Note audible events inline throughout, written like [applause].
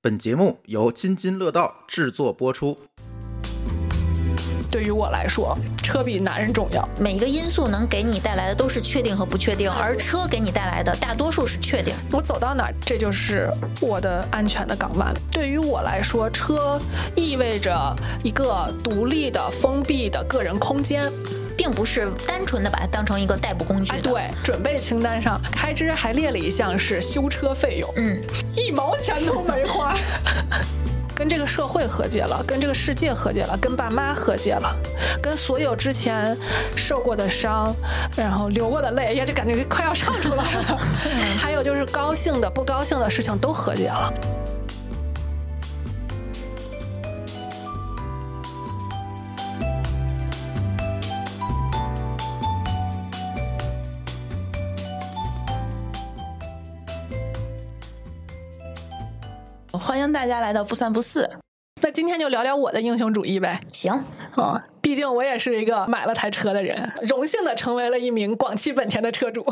本节目由津津乐道制作播出。对于我来说，车比男人重要。每一个因素能给你带来的都是确定和不确定，而车给你带来的大多数是确定。我走到哪儿，这就是我的安全的港湾。对于我来说，车意味着一个独立的、封闭的个人空间。并不是单纯的把它当成一个代步工具哎，的。对，准备清单上开支还列了一项是修车费用，嗯，一毛钱都没花，跟这个社会和解了，跟这个世界和解了，跟爸妈和解了，跟所有之前受过的伤，然后流过的泪，哎呀，这感觉快要唱出来了。还有就是高兴的、不高兴的事情都和解了。欢迎大家来到不三不四。那今天就聊聊我的英雄主义呗。行，啊，毕竟我也是一个买了台车的人，荣幸的成为了一名广汽本田的车主。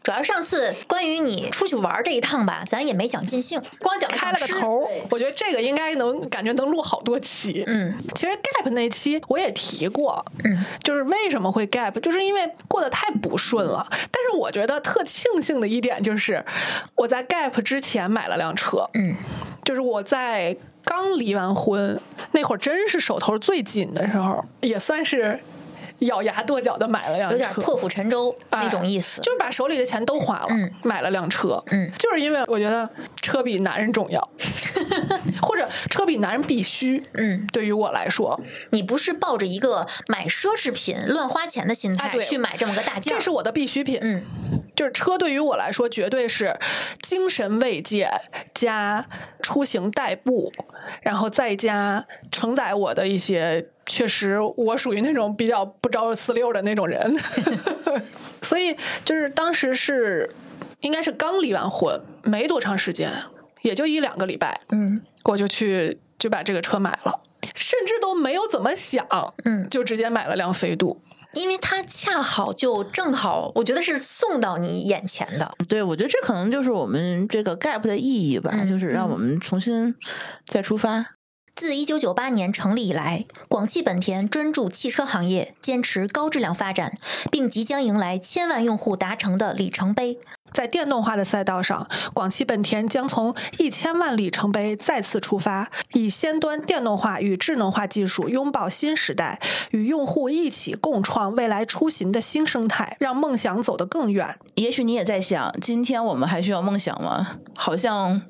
主要上次关于你出去玩这一趟吧，咱也没讲尽兴，光讲开了个吃头儿，我觉得这个应该能感觉能录好多期。嗯，其实 gap 那期我也提过，嗯，就是为什么会 gap，就是因为过得太不顺了。但是我觉得特庆幸的一点就是，我在 gap 之前买了辆车，嗯，就是我在刚离完婚那会儿，真是手头最紧的时候，也算是咬牙跺脚的买了啊辆车，有点破釜沉舟哎那种意思。就是把手里的钱都花了，嗯买了辆车，嗯就是因为我觉得车比男人重 [laughs] 要，或者车比男人必须，嗯，对于我来说，你不是抱着一个买奢侈品乱花钱的心啊态对去买这么个大件这儿，是我的必需品，嗯，就是车对于我来说绝对是精神慰藉加出行代步，然后再加承载我的一些。确实，我属于那种比较不招四六的那种 [laughs] 人，所以就是当时是应该是刚离完婚没多长时间，也就一两个礼拜，嗯我就去就把这个车买了，甚至都没有怎么想，嗯，就直接买了辆飞度。因为它恰好就正好，我觉得是送到你眼前的。对，我觉得这可能就是我们这个 gap 的意义吧，嗯就是让我们重新再出发。自一九九八年成立以来，广汽本田专注汽车行业，坚持高质量发展，并即将迎来千万用户达成的里程碑。在电动化的赛道上，广汽本田将从一千万里程碑再次出发，以先端电动化与智能化技术拥抱新时代，与用户一起共创未来出行的新生态，让梦想走得更远。也许你也在想，今天我们还需要梦想吗？好像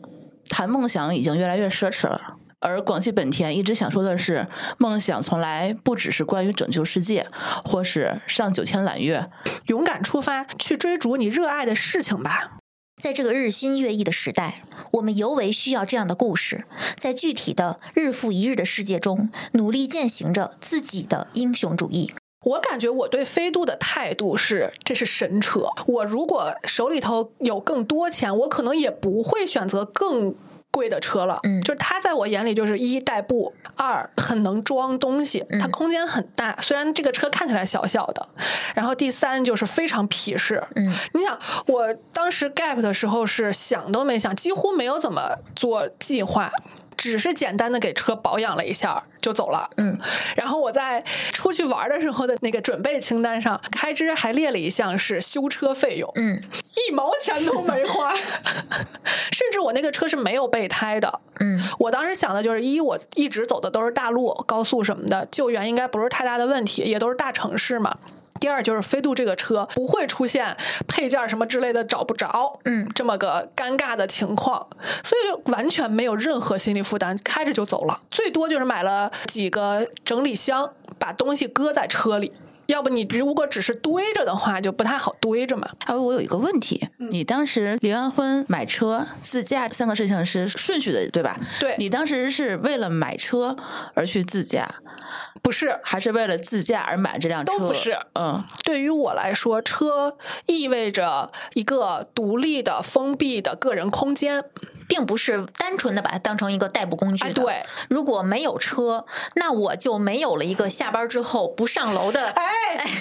谈梦想已经越来越奢侈了。而广汽本田一直想说的是，梦想从来不只是关于拯救世界，或是上九天揽月，勇敢出发，去追逐你热爱的事情吧。在这个日新月异的时代，我们尤为需要这样的故事，在具体的日复一日的世界中，努力践行着自己的英雄主义。我感觉我对飞度的态度是，这是神车。我如果手里头有更多钱，我可能也不会选择更贵的车了。嗯就是它在我眼里就是一代步，二很能装东西，它嗯空间很大。虽然这个车看起来小小的，然后第三就是非常皮实。嗯，你想，我当时 gap 的时候是想都没想，几乎没有怎么做计划，只是简单的给车保养了一下就走了。嗯， [laughs] 然后我在出去玩的时候的那个准备清单上，开支还列了一项是修车费用，嗯一毛钱都没花， [laughs] 甚至我那个车是没有备胎的。嗯我当时想的就是，一我一直走的都是大路、高速什么的，救援应该不是太大的问题，也都是大城市嘛。第二就是飞度这个车不会出现配件什么之类的找不着，嗯这么个尴尬的情况，所以就完全没有任何心理负担，开着就走了。最多就是买了几个整理箱，把东西搁在车里。要不你如果只是堆着的话，就不太好堆着嘛。哎，我有一个问题，嗯你当时离完婚、买车、自驾三个事情是顺序的，对吧？对你当时是为了买车而去自驾，不是，还是为了自驾而买这辆车？都不是，嗯，对于我来说，车意味着一个独立的、封闭的个人空间。并不是单纯的把它当成一个代步工具哎，的。对，如果没有车，那我就没有了一个下班之后不上楼的。哎，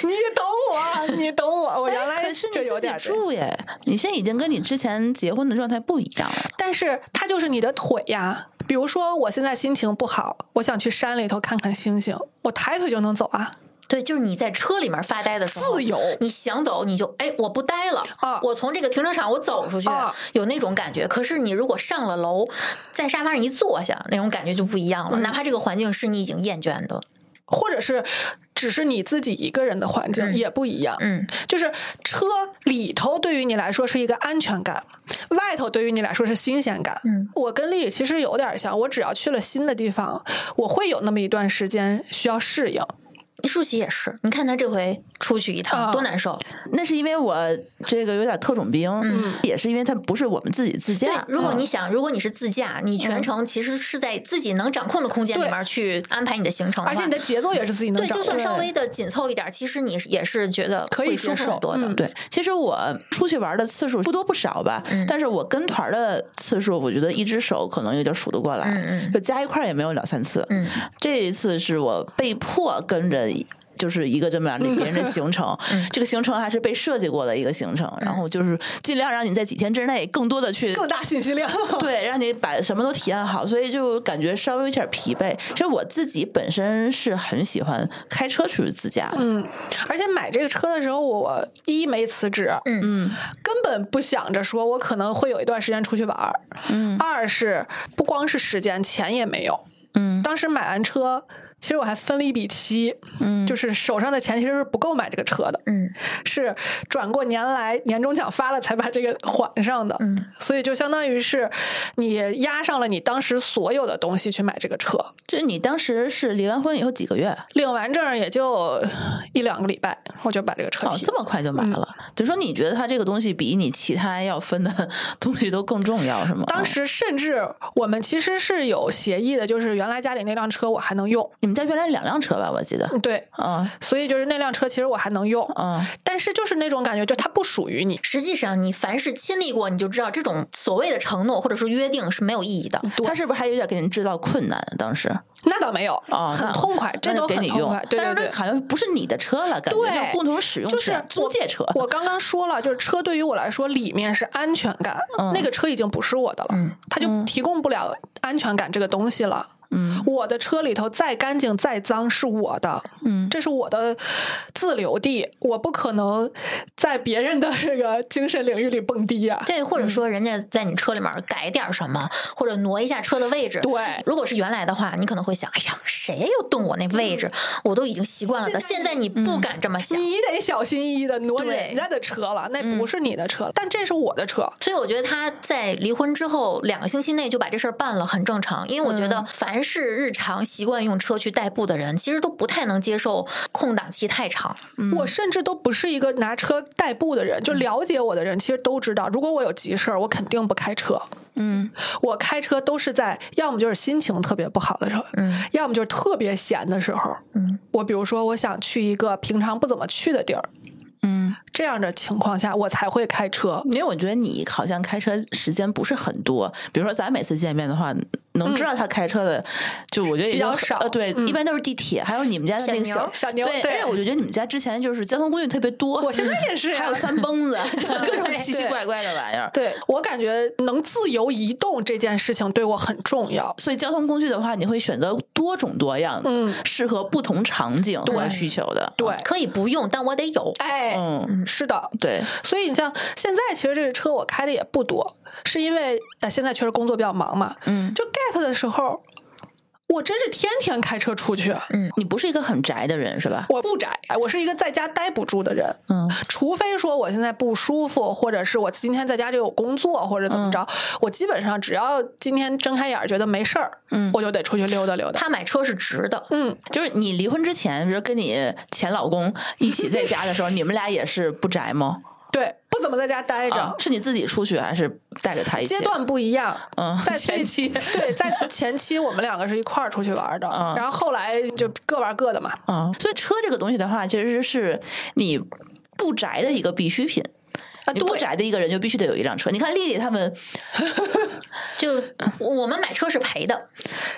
你懂我，你懂我我原来可是就你有自己点这样住耶，你现在已经跟你之前结婚的状态不一样了。但是它就是你的腿呀。比如说，我现在心情不好，我想去山里头看看星星，我抬腿就能走啊。对，就是你在车里面发呆的时候，自由你想走你就哎，我不呆了，啊我从这个停车场我走出去，啊有那种感觉。可是你如果上了楼，在沙发上一坐下，那种感觉就不一嗯样了。哪怕这个环境是你已经厌倦的，或者是只是你自己一个人的环境嗯也不一样。嗯，就是车里头对于你来说是一个安全感，外头对于你来说是新鲜感。嗯，我跟丽丽其实有点像，我只要去了新的地方，我会有那么一段时间需要适应。舒淇也是。你看她这回出去一趟、啊多难受。那是因为我这个有点特种兵，嗯也是因为它不是我们自己自对驾，。啊如果嗯你想，如果你是自驾，你全程其实是在自己能掌控的空间里嗯对面去安排你的行程的而话，且你的节奏也是自己能对，掌就握算的。稍微的紧凑一点，其实你也是觉得可以会舒接服受很多的。嗯对，其实我出去玩的次数不多不少吧，嗯但是我跟团的次数，我觉得一只手可能也就数得过来，嗯嗯就加一块儿也没有两三次。嗯这一次是我被迫跟着。就是一个这么样的别人的行程，嗯这个行程还是被设计过的一个行程，然后就是尽量让你在几天之内更多的去更大信息量。对，让你把什么都体验好，所以就感觉稍微有点疲惫。其实我自己本身是很喜欢开车去自驾的，嗯， [laughs] 而且买这个车的时候，我一没辞职，嗯根本不想着说我可能会有一段时间出去玩儿。嗯二是不光是时间，钱也没有。嗯当时买完车，其实我还分了一笔期，嗯，就是手上的钱其实是不够买这个车的，嗯是转过年来年终奖发了才把这个还上的。嗯，所以就相当于是你压上了你当时所有的东西去买这个车，就是你当时是离完婚以后几个月？领完证也就一两个礼拜，我就把这个嗯车哦，提了这么快就买了？就说你觉得它这个东西比你其他要分的 [laughs] 东西都更重要是吗？哦当时甚至我们其实是有协议的，就是原来家里那辆车我还能用，你们家原来两辆车吧，我记得。对，嗯所以就是那辆车其实我还能用，嗯，但是就是那种感觉，就它不属于你。实际上，你凡是亲历过，你就知道这种所谓的承诺或者说约定是没有意义的。对它是不是还有点给你制造困难？当时那倒没有，哦，很那痛快，这那就都给很你痛用快。，对但对是对那，好像不是你的车了，感觉对叫共同使用就是权租我借车。我刚刚说了，就是车对于我来说，里面是安全感，嗯那个车已经不是我的了，它就提供不了安全感这个东西了。嗯，我的车里头再干净再脏是我的，嗯，这是我的自留地，我不可能在别人的这个精神领域里蹦迪啊呀、对，或者说人家在你车里面改点儿什么，或者挪一下车的位置。对如果是原来的话，你可能会想，哎呀，谁又动我那位置？我都已经习惯了的。嗯现在嗯你不敢这么想，你得小心翼翼的挪对人家的车了，那嗯不是你的车了，但这是我的车，所以我觉得他在离婚之后两个星期内就把这事儿办了，很正常。因为我觉得凡是日常习惯用车去代步的人，其实都不太能接受空档期太长。嗯我甚至都不是一个拿车代步的人，就了解我的人其实都知道，如果我有急事儿，我肯定不开车。嗯我开车都是在要么就是心情特别不好的时候，嗯，要么就是特别闲的时候。嗯，我比如说我想去一个平常不怎么去的地儿，嗯，这样的情况下我才会开车。因为我觉得你好像开车时间不是很多，比如说咱每次见面的话，能知道他开车的，就我觉得也嗯就比较很少呃，对，嗯一般都是地铁，还有你们家的那个小牛小牛对，对而且我就觉得你们家之前就是交通工具特别多，我现 [laughs] 在也是呀哦啊还有三 [laughs] 蹦子，就各种对奇奇对怪怪的玩意儿。对我感觉能自由移动这件事情对我很重要。所以交通工具的话，你会选择多种多样，嗯适合不同场景和对需求的。对，可以不用，但我得有。哎，嗯，是的，对，所以你像现在，其实这个车我开的也不多，是因为呃现在确实工作比较忙嘛。嗯，就 gap 的时候，我真是天天开车出去。你不是一个很宅的人是吧？我不宅，我是一个在家待不住的人，嗯除非说我现在不舒服，或者是我今天在家就有工作或者怎嗯么着，我基本上只要今天睁开眼儿觉得没事儿，嗯我就得出去溜达溜达。他买车是值的，嗯，就是你离婚之前，比如跟你前老公一起在家的时候，你们俩也是不宅吗？对，不怎么在家待着，啊是你自己出去还是带着他一起？阶段不一样。嗯，在前最期 [laughs] 对，在前期我们两个是一块儿出去玩的，嗯然后后来就各玩各的嘛。啊、所以车这个东西的话，其实是你不宅的一个必需品。啊你不对宅的一个人就必须得有一辆车。你看丽丽他们， [laughs] 就我们买车是赔的，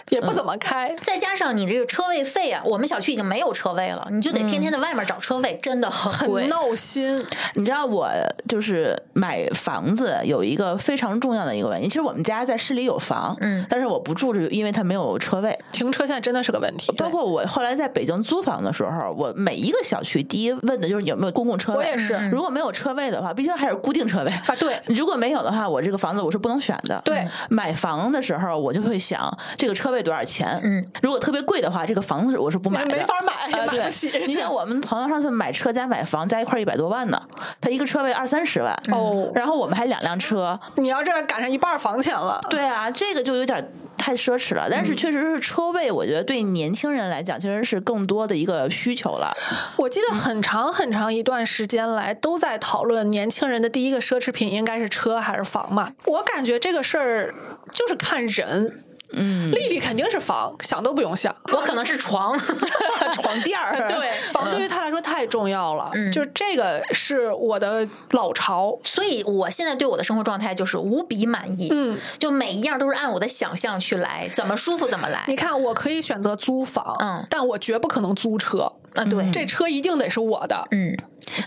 也嗯不怎么开。再加上你这个车位费啊，我们小区已经没有车位了，你就得天天在外面找车位，真的很贵。嗯很闹心，你知道我就是买房子有一个非常重要的一个原因，其实我们家在市里有房，嗯但是我不住，是因为它没有车位。停车现在真的是个问题。包括我后来在北京租房的时候，我每一个小区第一问的就是有没有公共车位。我也是如果没有车位的话，必须还是固定 [laughs] 车位。啊，对如果没有的话，我这个房子我是不能选的。对，买房的时候我就会想这个车位多少钱。嗯，如果特别贵的话，这个房子我是不买的，没法买呃买不对起你像我们朋友上次买车加买房加一块一百多万呢，他一个车位二三十万，哦，然后我们还两辆车。你要这赶上一半房钱了，对啊，这个就有点太奢侈了。嗯但是确实是车位，我觉得对年轻人来讲，其实是更多的一个需求了。我记得很长很长一段时间来都在讨论年轻人的第一个奢侈品应该是车还是房嘛。我感觉这个事儿就是看人。嗯，丽丽肯定是房，想都不用想。我可能是床， [laughs] 床垫儿，对房对于她来说太重要了，嗯就这个是我的老巢。所以我现在对我的生活状态就是无比满意，嗯，就每一样都是按我的想象去来，怎么舒服怎么来你。看，我可以选择租房，嗯但我绝不可能租车。啊，对，这车一定得是我的。嗯，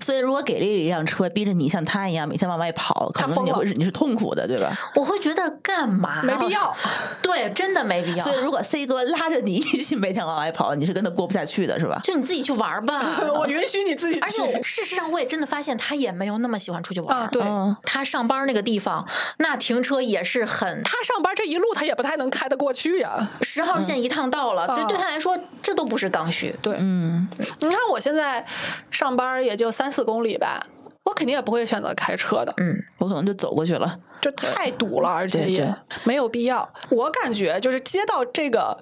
所以如果给丽丽一辆车，逼着你像她一样每天往外跑，可她能疯你了会是你是痛苦的，对吧？我会觉得干嘛？啊没必要。对，真的没必啊要所。以如果 C 哥拉着你一起每天往外跑，你是跟他过不下去的，是吧？就你自己去玩儿吧。 [laughs] [laughs] 我允许你自己而且去我事实上，我也真的发现他也没有那么喜欢出去玩儿啊，对。嗯，他上班那个地方，那停车也是很他上班这一路，他也不太能开得过去呀。十号线一趟到了，对啊对他来说，这都不是刚需。对，嗯，你看我现在上班也就三四公里吧，我肯定也不会选择开车的，嗯，我可能就走过去了。这太堵了，而且对也对没有必要。我感觉就是接到这个。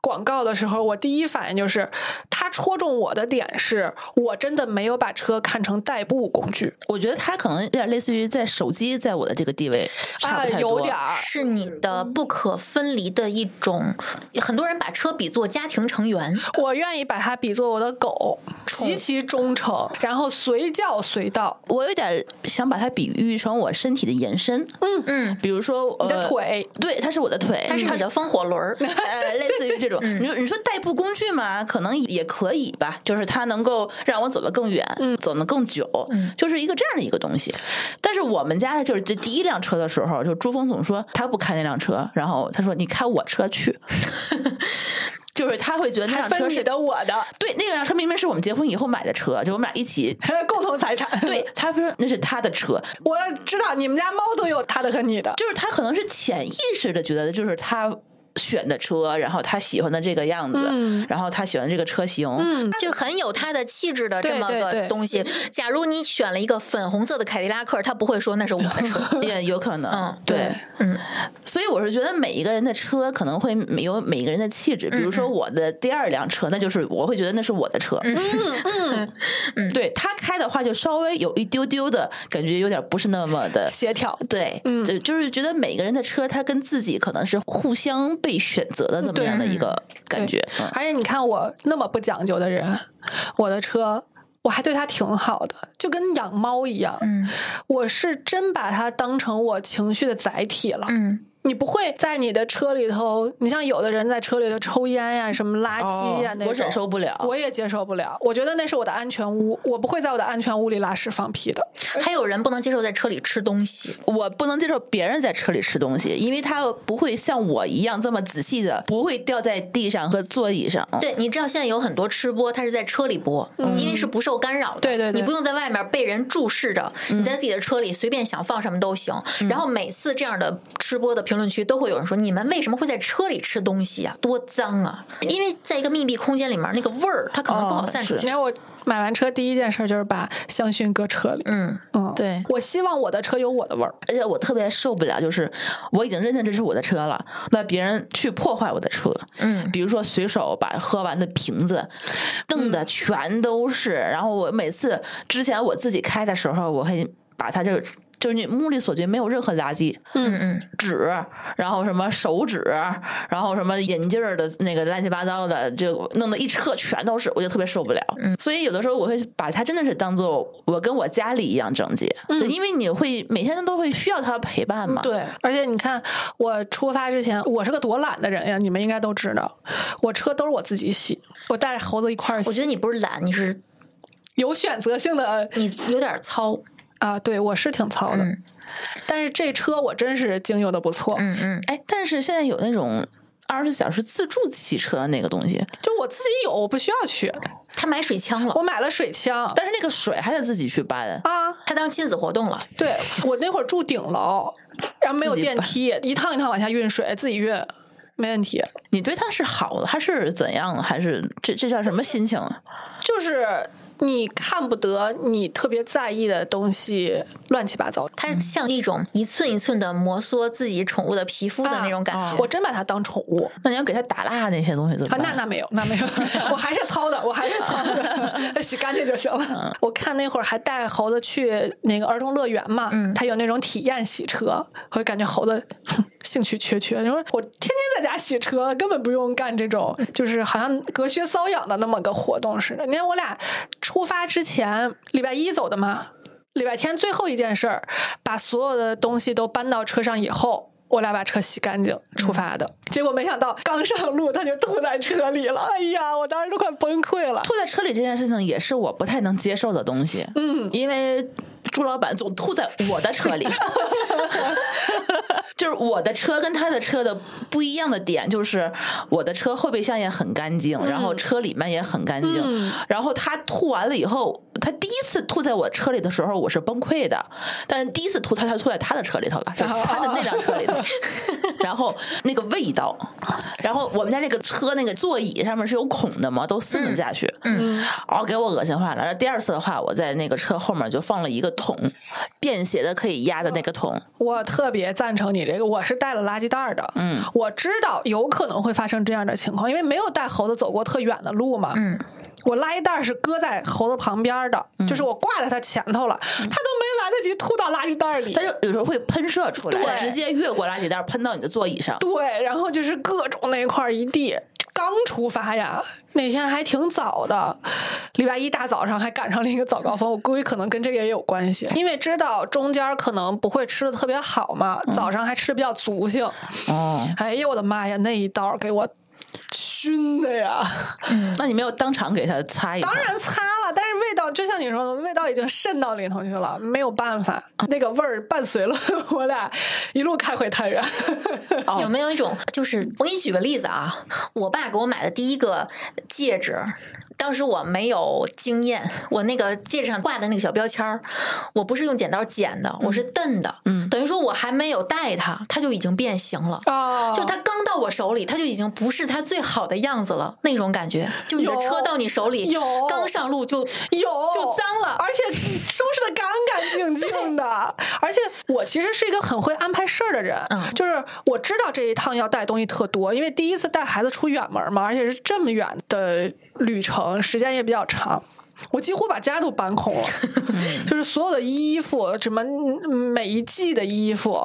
广告的时候，我第一反应就是，他戳中我的点是我真的没有把车看成代步工具，我觉得他可能有点类似于在手机在我的这个地位差啊，不太多，有点儿，是你的不可分离的一种。很多人把车比作家庭成员，我愿意把它比作我的狗，极其忠诚，然后随叫随到。我有点想把它比喻成我身体的延伸，嗯，比如说你呃的，腿，对，它是我的腿，它是你的风火轮儿。 [laughs] 呃，类似于这嗯种，你说你说代步工具嘛，可能也可以吧，就是它能够让我走得更远，嗯走得更久，就是一个这样的一个东西。但是我们家就是这第一辆车的时候，就朱峰总说他不开那辆车，然后他说你开我车去， [laughs] 就是他会觉得那还辆车分你是的我 [laughs] 的，对那辆车明明是我们结婚以后买的车，就我们俩一起。 [laughs] 共同财产。对，，他说那是他的车，我知道你们家猫都有它的和你的。就是他可能是潜意识的觉得，就是他选的车，然后他喜欢的这个样子，嗯然后他喜欢这个车型，就很有他的气质的对这么对对个东西。假如你选了一个粉红色的凯迪拉克，他不会说那是我的车。也有可能，嗯对，嗯，所以我是觉得每一个人的车可能会有每一个人的气质，比如说我的第二辆车，那就是我会觉得那是我的车，嗯嗯，对他开的话就稍微有一丢丢的感觉，有点不是那么的。协调，对，嗯就就是觉得每个人的车，它跟自己可能是互相被选择的这么对样的一个感觉，嗯而且你看我那么不讲究的人，我的车我还对它挺好的，就跟养猫一样。嗯我是真把它当成我情绪的载体了。嗯你不会在你的车里头，你像有的人在车里头抽烟呀、什么垃圾啊呀、那种，哦我忍受不了。我也接受不了，我觉得那是我的安全屋，我不会在我的安全屋里拉屎放屁的。还有人不能接受在车里吃东西。我不能接受别人在车里吃东西，因为他不会像我一样这么仔细的，不会掉在地上和座椅上。对，你知道现在有很多吃播，它是在车里播，因为是不受干扰的。嗯对对对你不用在外面被人注视着，你在自己的车里随便想放什么都行。嗯然后每次这样的吃播的评论区都会有人说：“你们为什么会在车里吃东西啊？多脏啊！”因为在一个密闭空间里面，那个味儿它可能不好哦散出是去。你看我买完车第一件事就是把香薰搁车里，嗯，嗯，对我希望我的车有我的味儿，而且我特别受不了，就是我已经认定这是我的车了，那别人去破坏我的车，嗯，比如说随手把喝完的瓶子弄得全都是，然后我每次之前我自己开的时候，我会把它这个就是你目力所及，没有任何垃圾，嗯嗯，纸，然后什么手指，然后什么眼镜儿的那个乱七八糟的，就弄得一车全都是，我就特别受不了。所以有的时候我会把它真的是当做我跟我家里一样整洁，对，因为你会每天都会需要它陪伴嘛。嗯对，而且你看，我出发之前，我是个多懒的人呀，你们应该都知道，我车都是我自己洗，我带着猴子一块儿洗，我觉得你不是懒，你是有选择性的你有点糙。啊，对我是挺糙的，嗯但是这车我真是经营的不错，嗯嗯，哎，但是现在有那种二十四小时自助洗车那个东西，就我自己有，我不需要去，他买水枪了我，买了水枪但是那个水还得自己去搬。啊，他当亲子活动了。对我那会儿住顶楼，然后没有自己电搬梯，一趟一趟往下运水，自己运，没问题。你对它是好的，它是怎样的？还是这这叫什么心情？就是你看不得你特别在意的东西乱七八糟。它像一种一寸一寸的摩挲自己宠物的皮肤的那种感觉。啊我真把它当宠物那你要给它打蜡那些东西怎么啊？办？那那没有，那没有，我还是糙的，我还是糙的，洗干净就行了。我看那会儿还带猴子去那个儿童乐园嘛，嗯他有那种体验洗车，我就感觉猴子哼兴趣缺缺。你说我天天在家洗车，根本不用干这种就是好像隔靴搔痒的那么个活动似的。你看我俩出发之前，礼拜一走的嘛，礼拜天最后一件事儿，把所有的东西都搬到车上以后，我俩把车洗干净出发的。结果没想到刚上路他就吐在车里了，哎呀，我当时都快崩溃 [laughs] 了。吐在车里这件事情也是我不太能接受的东西。嗯，因为朱老板总吐在我 [laughs] 的车里，就是我的车跟他的车的不一样的点，就是我的车后备箱也很干净，然后车里面也很干净，然后他吐完了以后，他第一次吐在我车里的时候，我是崩溃的，但是第一次吐他他吐在他的车里头了，就是他的那辆车里头。 [laughs] 然后那个味道，然后我们家那个车那个座椅上面是有孔的嘛，都渗得下去，嗯，哦，给我恶心坏了。然后第二次的话，我在那个车后面就放了一个桶，便携的可以压的那个桶，我特别赞成你这个，我是带了垃圾袋儿的。嗯，我知道有可能会发生这样的情况，因为没有带猴子走过特远的路嘛。嗯，我垃圾袋儿是搁在猴子旁边儿的，就是我挂在它前头了，它都没来得及吐到垃圾袋儿里。但是有时候会喷射出来，对直接越过垃圾袋喷到你的座椅上。对，然后就是各种那块儿一地。刚出发呀，那天还挺早的，礼拜一大早上还赶上了一个早高峰，我估计可能跟这个也有关系，因为知道中间可能不会吃的特别好嘛，早上还吃的比较足性。哦，哎呀，我的妈呀，那一刀给我熏的 [laughs] 呀！那你没有当场给它擦一下？当然擦了，但是味道就像你说的，味道已经渗到里头去了，没有办法，那个味儿伴随了 [laughs] 我俩一路开回太原。哦有没有一种，就是我给你举个例子啊，我爸给我买的第一个戒指，当时我没有经验，我那个戒指上挂的那个小标签儿，我不是用剪刀剪的，我是蹬的，嗯，等于说我还没有戴它，它就已经变形了。 [laughs] 哦就它刚到我手里，它就已经不是它最好的样子了，那种感觉，就你的有车到你手里，有刚上路就有就脏了而且收拾的干干净净的。而且我其实是一个很会安排事儿的人，嗯就是我知道这一趟要带东西特多，因为第一次带孩子出远门嘛，而且是这么远的旅程，时间也比较长。我几乎把家都搬空了，嗯就是所有的衣服，什么嗯每一季的衣服、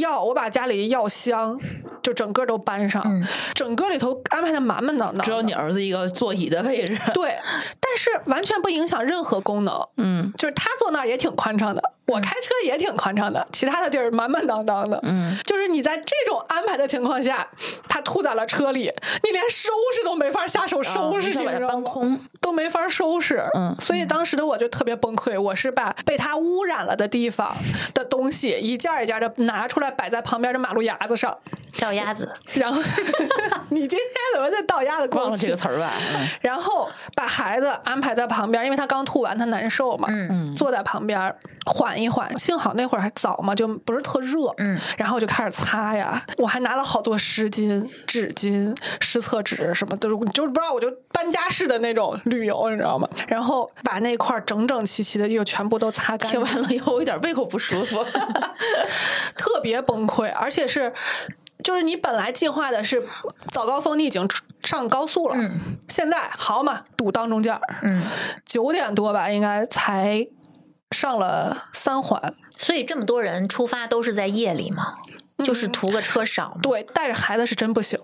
药，我把家里药箱就整个都搬上，嗯整个里头安排的满满当当的。只有你儿子一个座椅的位置。 [laughs] 对，但是完全不影响任何功能。嗯就是他坐那儿也挺宽敞的，我开车也挺宽敞的，其他的地儿满满当当的。嗯，就是你在这种安排的情况下，他吐在了车里，你连收拾都没法下手收拾，啊哦你你把知它道搬吗？空。都没法收拾。嗯所以当时的我就特别崩溃，我是把被他污染了的地方的东西一件儿一件的拿出来摆在旁边的马路牙子上，掉鸭子。然后 [laughs] 你今天怎么在倒压的忘光了这个词 [laughs] 儿吧？嗯然后把孩子安排在旁边，因为他刚吐完，他难受嘛，嗯坐在旁边缓一缓。幸好那会儿还早嘛，就不是特热，嗯，然后我就开始擦呀，我还拿了好多湿巾、纸巾、湿厕纸什么的，就是就是不知道我就搬家式的那种旅游，你知道吗？然后把那块儿整整齐齐的就全部都擦干 [laughs] [laughs] 听净，完了以后，我有点胃口不舒 [laughs] 服。特别崩溃，而且是。就是你本来计划的是早高峰，你已经出上高速了，嗯现在好嘛，堵当中间儿，嗯，九点多吧，应该才上了三环，所以这么多人出发都是在夜里嘛，嗯就是图个车少嘛。对，带着孩子是真不行，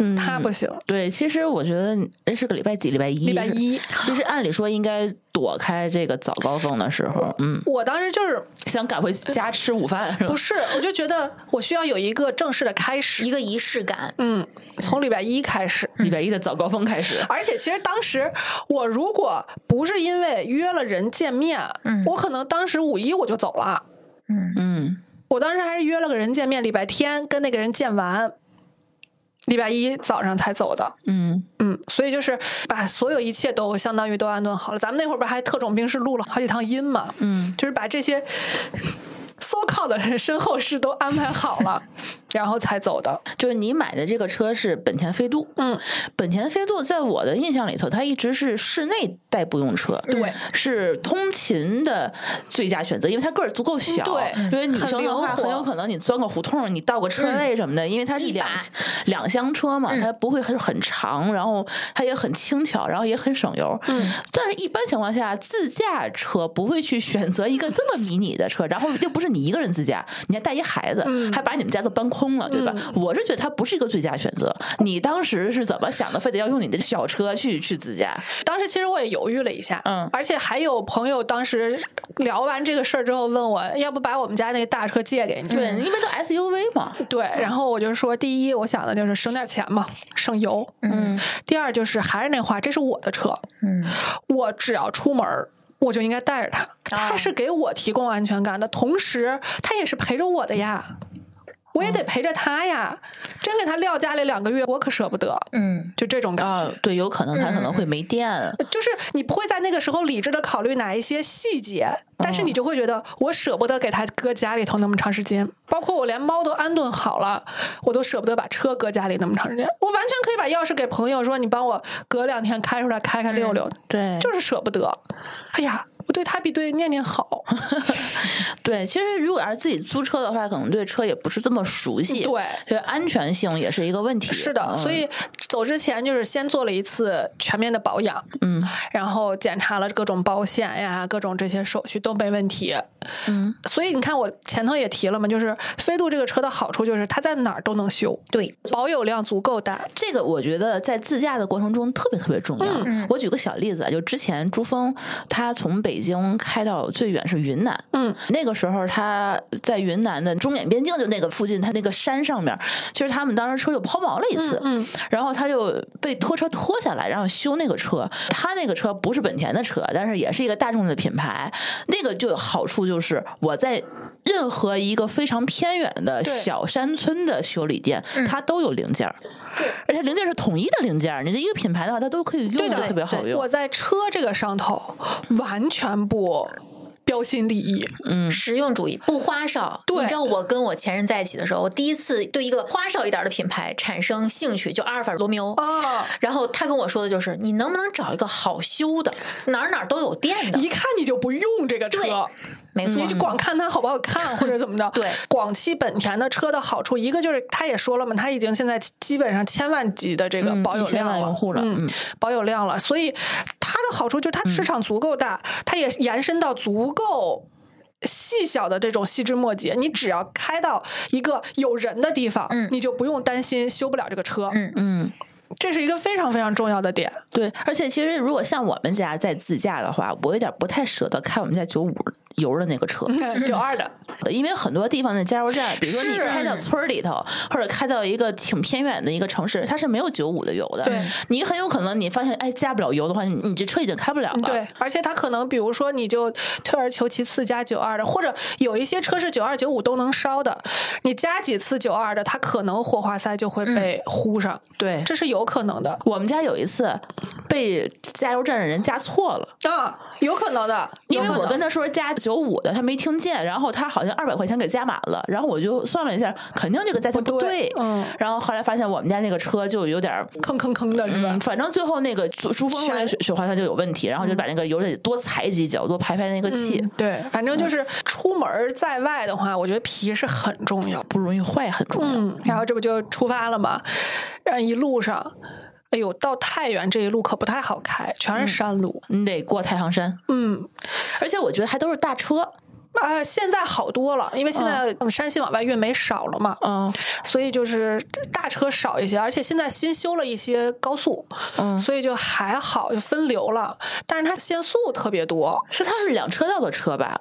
嗯他不行。对，其实我觉得那是个礼拜几，礼拜一，礼拜。一，其实按理说应该躲开这个早高峰的时候，嗯，我当时就是想赶回家吃午饭是吧不？是，我就觉得我需要有一个正式的开始一。个仪式感，嗯，从礼拜一开始。礼拜一的早高峰开始，而且其实当时我如果不是因为约了人见面，嗯我可能当时五一我就走了。嗯，我当时还是约了个人见面，礼拜天跟那个人见完，礼拜一早上才走的。嗯，嗯，所以就是把所有一切都相当于都安顿好了。咱们那会儿不是还特种兵是录了好几趟音嘛？嗯，就是把这些 [laughs] so called 的身后事都安排好了，然后才走的。就是你买的这个车是本田飞度，嗯，本田飞度在我的印象里头，它一直是室内代步用车，对，是通勤的最佳选择，因为它个儿足够小，嗯对因为女生的很灵话活嗯很有可能你钻个胡同，你倒个车位什么的，因为它是一两把两厢车嘛，它不会很很长，然后它也很轻巧，然后也很省油，嗯，但是一般情况下，自驾车不会去选择一个这么迷你的车，然后又不是你一个人自驾，你还带一孩子，嗯还把你们家都搬空了，对吧？我是觉得它不是一个最佳选择。你当时是怎么想的？非得要用你的小车去去自驾？当时其实我也犹豫了一下，嗯而且还有朋友当时聊完这个事儿之后问我，要不把我们家那个大车借给你？对，因为都 SUV 嘛，对，然后我就说，第一，我想的就是省点钱嘛，省油。嗯。第二就是还是那话，这是我的车，嗯，我只要出门儿我就应该带着它，它是给我提供安全感的，同时它也是陪着我的呀，我也得陪着它呀。真给它撂家里两个月，我可舍不得，嗯，就这种感觉。啊，对，有可能它可能会没电，就是你不会在那个时候理智的考虑哪一些细节，但是你就会觉得我舍不得给它搁家里头那么长时间，包括我连猫都安顿好了，我都舍不得把车搁家里那么长时间。嗯我完全可以把钥匙给朋友说，你帮我隔两天开出来开开溜溜，对就是舍不得。哎呀，我对它比对念念好，对，其实如果要是自己租车的话，可能对车 [laughs] 也不是这么熟悉，对所以安全性也是一个问题。是的，嗯所以走之前就是先做了一次全面的保养，嗯，然后检查了各种保险呀，各种这些手续都没问题。嗯，所以你看，我前头也提了嘛，就是飞度这个车的好处就是它在哪儿都能修，对，保有量足够大。这个我觉得在自驾的过程中特别特别重要。嗯我举个小例子啊，就之前朱峰他从北京开到最远是云南，嗯，那个时候他在云南的中缅边境就那个附近，他那个山上面，其实他们当时车就抛锚了一次，嗯嗯然后他就被拖车拖下来，然后修那个车。他那个车不是本田的车，但是也是一个大众的品牌。那个就有好处就是我在任何一个非常偏远的对嗯小山村的修理店，它都有零件儿，而且零件儿是统一的零件儿。你这一个品牌的话，它都可以用，对就的，特别好对用我。在车这个上头完全不标新立异，实用主义，不花哨。对你知道我跟我前任在一起的时候，我第一次对一个花哨一点的品牌产生兴趣，就阿尔法罗密欧。哦然后他跟我说的就是，你能不能找一个好修的，哪儿哪儿都有电的一？看你就不用这个车。对没错你，嗯就光看它好不好看或者怎么着。对广汽本田的车的好处，一个就是他也说了嘛，他已经现在基本上千万级的这个嗯保有1000量万了，用户了嗯嗯，保有量了，所以它的好处就是它市场足够大，它也延伸到足够。细小的这种细枝末节，你只要开到一个有人的地方，嗯你就不用担心修不了这个车。嗯嗯，这是一个非常非常重要的点。对，而且其实如果像我们家在自驾的话，我有点不太舍得开我们家九五油的那个车， [laughs] 九二的，因为很多地方的加油站，比如说你是嗯开到村儿里头，或者开到一个挺偏远的一个城市，它是没有九五的油的。对，你很有可能你发现，哎，加不了油的话，你你这车已经开不了了。嗯对，而且它可能比如说你就退而求其次加九二的，或者有一些车是九二九五都能烧的，你加几次九二的，它可能火花塞就会被呼上，嗯对这是有可能的我们家有一次被加油站的人加错了，啊，有可能的，因为有可我能跟他说加九五的，他没听见，然后他好像二百块钱给加满了，然后我就算了一下，肯定这个价钱不对嗯然后后来发现我们家那个车就有点儿坑坑坑的是吧？嗯，反正最后那个珠珠峰后来全雪雪花它就有问题，然后就把那个油得多踩几脚，多排排那个气，嗯对，反正就是出门儿在外的话，我觉得皮是很重要。不容易坏很重要。嗯，然后这不就出发了嘛？然后一路上，哎呦，到太原这一路可不太嗯好开，全是山路。你得过太行山，嗯，而且我觉得还都是大车，啊、现在好多了，因为现在山西往外运煤少了嘛，嗯所以就是大车少一些，而且现在新修了一些高速，嗯，所以就还好，就分流了。但是它限速特别多，是它是两车道的车吧？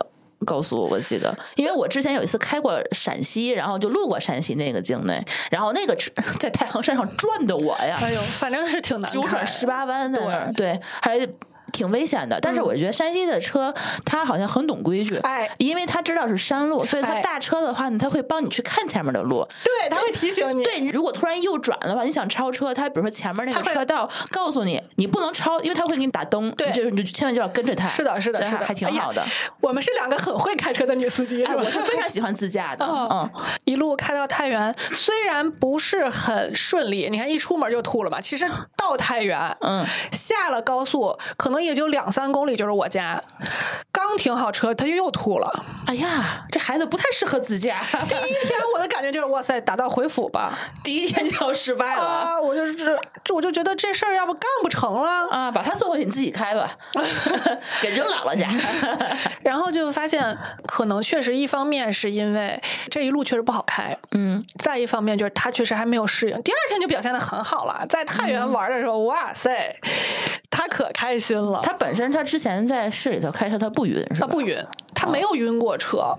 告诉我，我记得，因为我之前有一次开过陕西，然后就路过山西那个境内，然后那个车 [laughs] 在太行山上转的我呀，哎呦，反正是挺难九开转十八弯在那儿，对，还挺危险的。但是嗯我觉得山西的车，它好像很懂规矩，哎因为它知道是山路，所以它哎大车的话呢，它会帮你去看前面的路。 [laughs] 对，它会提醒你。对，你如果突然右转的话，你想超车，它比如说前面那个它会车道告诉你，你不能超，因为它会给你打灯，对你就是你就千万就要跟着它。是的，是的，所以是还的，还挺好的 [laughs] 哎。呀我们是两个很会开车的女司机，哎，是吧我？ [laughs] 是非常喜欢自驾的，嗯哦，一路开到太原，虽然不是很顺利，你看一出门就吐了嘛。其实到太原，嗯，下了高速，可能也就两三公里就是我家，刚停好车，他就又吐了。哎呀，这孩子不太适合自驾，第一天我的感觉就是，哇塞，打道回府 [laughs] 吧第一天就要失败了。啊！我就是这，这我就觉得这事儿要不干不成了。啊，把它送回去你自己开 [laughs] 吧，给扔姥姥家。然后就发现，可能确实一方面是因为这一路确实不好开，嗯，再一方面就是他确实还没有适应，第二天就表现的很好了。在太嗯原玩的时候，哇塞，他可开心了。他本身他之前在市里头开车，他不晕是他吧？不晕，他没有晕过车，哦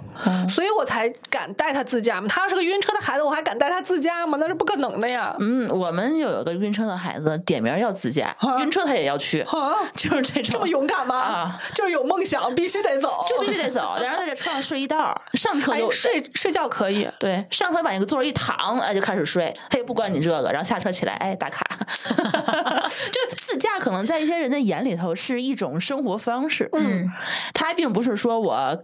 所以我才敢带他自驾嘛。他要是个晕车的孩子，我还敢带他自驾吗？那是不可能的呀。嗯，我们有一个晕车的孩子，点名要自驾，晕车他也要去，啊，嗯 [laughs] 就是这种，这么勇敢吗？啊就是有梦想，必须得走。就必须得走，然后他在车上睡一道儿，上车哎就、，睡睡觉可以，对，上车把那个座儿一躺，哎就开始睡，他也不管你这个，然后下车起来，哎 [laughs] 打卡，就是自驾可能在一些人的眼里头是一种生活方式，嗯，他并不是说我。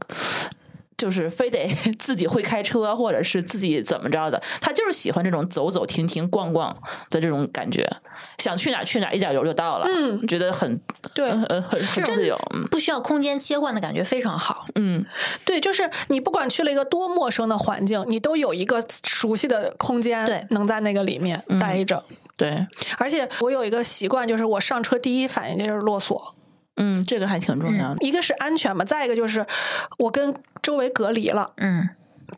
就是非得 [laughs] 自己会开车，或者是自己怎么着的，他就是喜欢这种走走停停、逛逛的这种感觉，想去哪儿去哪儿，一脚油就到了，嗯，觉得很对很很很自由，嗯不需要空间切换的感觉非常好。嗯，对，就是你不管去了一个多陌生的环境，你都有一个熟悉的空间，对能在那个里面待着。对，而且我有一个习惯，就是我上车第一反应就是落锁，嗯，这个还挺重要的，一个是安全嘛，再一个就是我跟周围隔离了，嗯，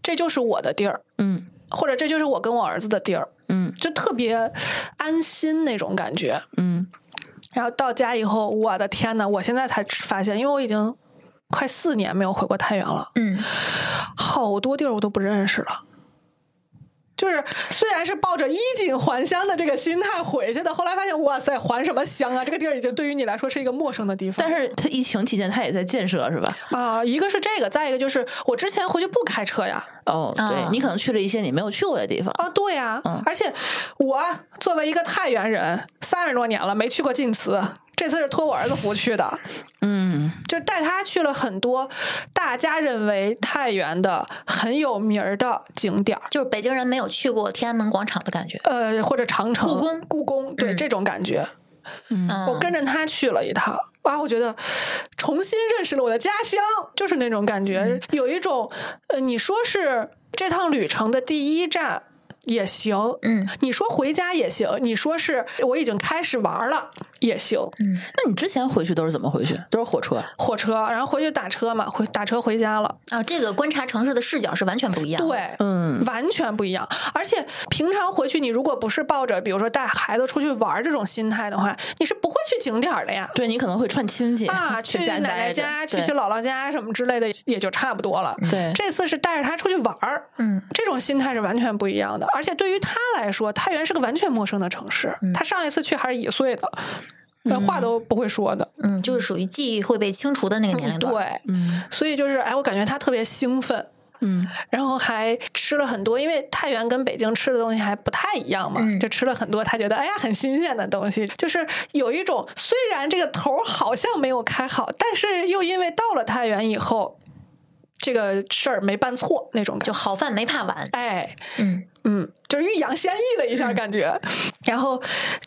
这就是我的地儿，嗯或者这就是我跟我儿子的地儿，嗯就特别安心那种感觉。嗯然后到家以后，我的天呐，我现在才发现，因为我已经快四年没有回过太原了。嗯，好多地儿我都不认识了。就是虽然是抱着衣锦还乡的这个心态回去的，后来发现哇塞，还什么乡啊？这个地儿已经对于你来说是一个陌生的地方。但是他疫情期间他也在建设是吧？啊、一个是这个，再一个就是我之前回去不开车呀，哦，对、啊你可能去了一些你没有去过的地方，啊，对呀、嗯而且我作为一个太原人，三十多年了没去过晋祠，这次是托我儿子福去的，嗯就带他去了很多大家认为太原的很有名儿的景点儿。就是北京人没有去过天安门广场的感觉。呃，或者长城、故宫故宫，对、嗯这种感觉，嗯，我跟着他去了一趟，哇，我觉得重新认识了我的家乡，就是那种感觉，嗯有一种呃，你说是这趟旅程的第一站也行，嗯，你说回家也行，你说是我已经开始玩了也行，嗯那你之前回去都是怎么回去？都是火车？火车，然后回去打车嘛，回打车回家了，啊，这个观察城市的视角是完全不一样的。对，嗯完全不一样。而且平常回去，你如果不是抱着比如说带孩子出去玩这种心态的话，你是不会去景点儿的呀。对你可能会串亲戚 [laughs] 啊，去在奶奶待着家、去对嗯去姥姥家什么之类的，也就差不多了。对这次是带着他出去玩儿，嗯，这种心态是完全不一样的。而且对于他来说，太原是个完全陌生的城市，他上一次去还是一岁的，呃话都不会说的。嗯，就是属于记忆会被清除的那个年龄段。对，嗯所以就是哎，我感觉他特别兴奋。嗯然后还吃了很多，因为太原跟北京吃的东西还不太一样嘛，嗯就吃了很多他觉得哎呀很新鲜的东西，就是有一种虽然这个头儿好像没有开好，但是又因为到了太原以后，这个事儿没办错那种感就觉。好饭没怕晚。哎，嗯嗯，就是欲扬先抑了一下感觉，然后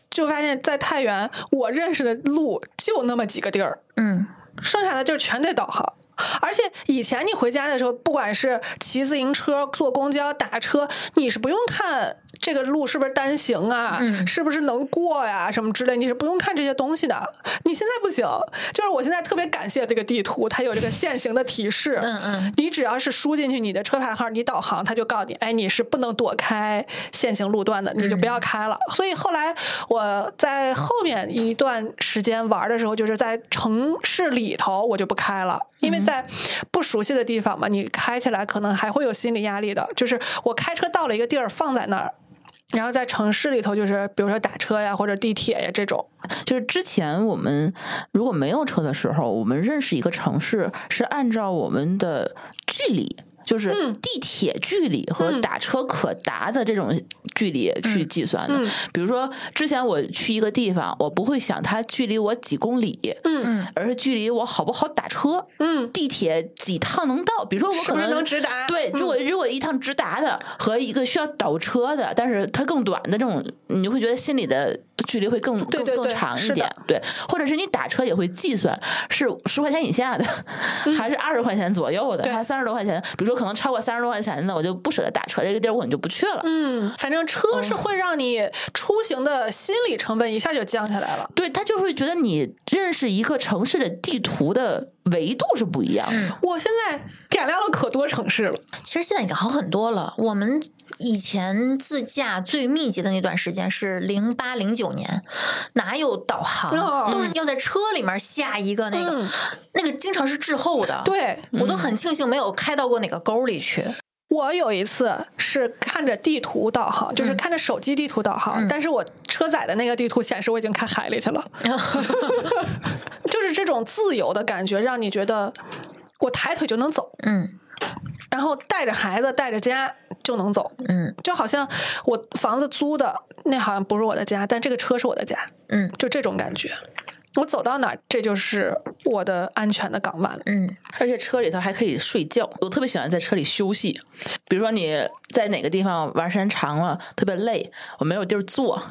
就发现，在太原我认识的路就那么几个地儿，嗯剩下的就全得导航。而且以前你回家的时候，不管是骑自行车、坐公交、打车，你是不用看这个路是不是单行啊，嗯是不是能过呀、什么之类，你是不用看这些东西的。你现在不行，就是我现在特别感谢这个地图，它有这个限行的提示。嗯嗯，你只要是输进去你的车牌号，你导航它就告诉你，哎，你是不能躲开限行路段的，你就不要开了。所以后来我在后面一段时间玩的时候，就是在城市里头我就不开了，因为在不熟悉的地方嘛，你开起来可能还会有心理压力的。就是我开车到了一个地儿，放在那儿。然后在城市里头，就是比如说打车呀，或者地铁呀这种，就是之前我们如果没有车的时候，我们认识一个城市是按照我们的距离。就是嗯地铁距离和嗯打车可达的这种距离去计算的。嗯嗯比如说，之前我去一个地方，我不会想它距离我几公里，嗯而是距离我好不好打车。嗯，地铁几趟能到？比如说我是可不能是能直达？对，如嗯果如果一趟直达的和一个需要倒车的，但是它更短的这种，你就会觉得心里的距离会更对对更更对长一是点的，对，或者是你打车也会计算是十块钱以下的， [laughs] 还是二十块钱左右的，嗯对还是三十多块钱，比如说可能超过三十多块钱的，我就不舍得打车，这个地儿我可能就不去了。嗯，反正车是会让你出行的心理成本一下就降下来了。对他就会觉得你认识一个城市的地图的维度是不一样的，我现在点亮了可多城市了，其实现在已经好很多了。我们以前自驾最密集的那段时间是零八零九年，哪有导航？嗯都是要在车里面下一个那个，嗯那个经常是滞后的。，对。我都很庆幸没有开到过哪个沟 [laughs] 里去。我有一次是看着地图导航，就是看着手机地图导航，但是我车载的那个地图显示我已经开海里去了，嗯就是这种自由的感觉，让你觉得我抬腿就能走，嗯然后带着孩子带着家就能走，嗯就好像我房子租的那好像不是我的家，但这个车是我的家，嗯就这种感觉。我走到哪儿，这就是我的安全的港湾。嗯而且车里头还可以睡觉，我特别喜欢在车里休息。比如说你在哪个地方玩时间长了，特别累，我没有地儿坐，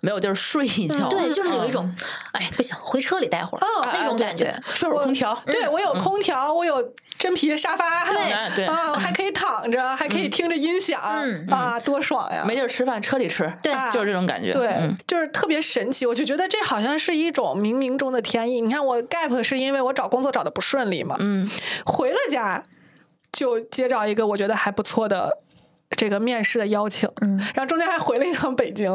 没有地儿睡一嗯觉，对，就是有一种，哎，不行，回车里待会嗯儿、哦那种感觉。嗯吹会儿空调。对我有空调，我有真皮沙发，对对啊，我还可以躺着，还可以听着音响，嗯啊，多爽呀！没地儿吃饭，车里吃，对就是这种感觉。对嗯，就是特别神奇，我就觉得这好像是一种冥冥中的天意。你看，我 gap 是因为我找工作找的不顺利嘛，嗯，回了家就接到一个我觉得还不错的这个面试的邀请，嗯然后中间还回了一趟北京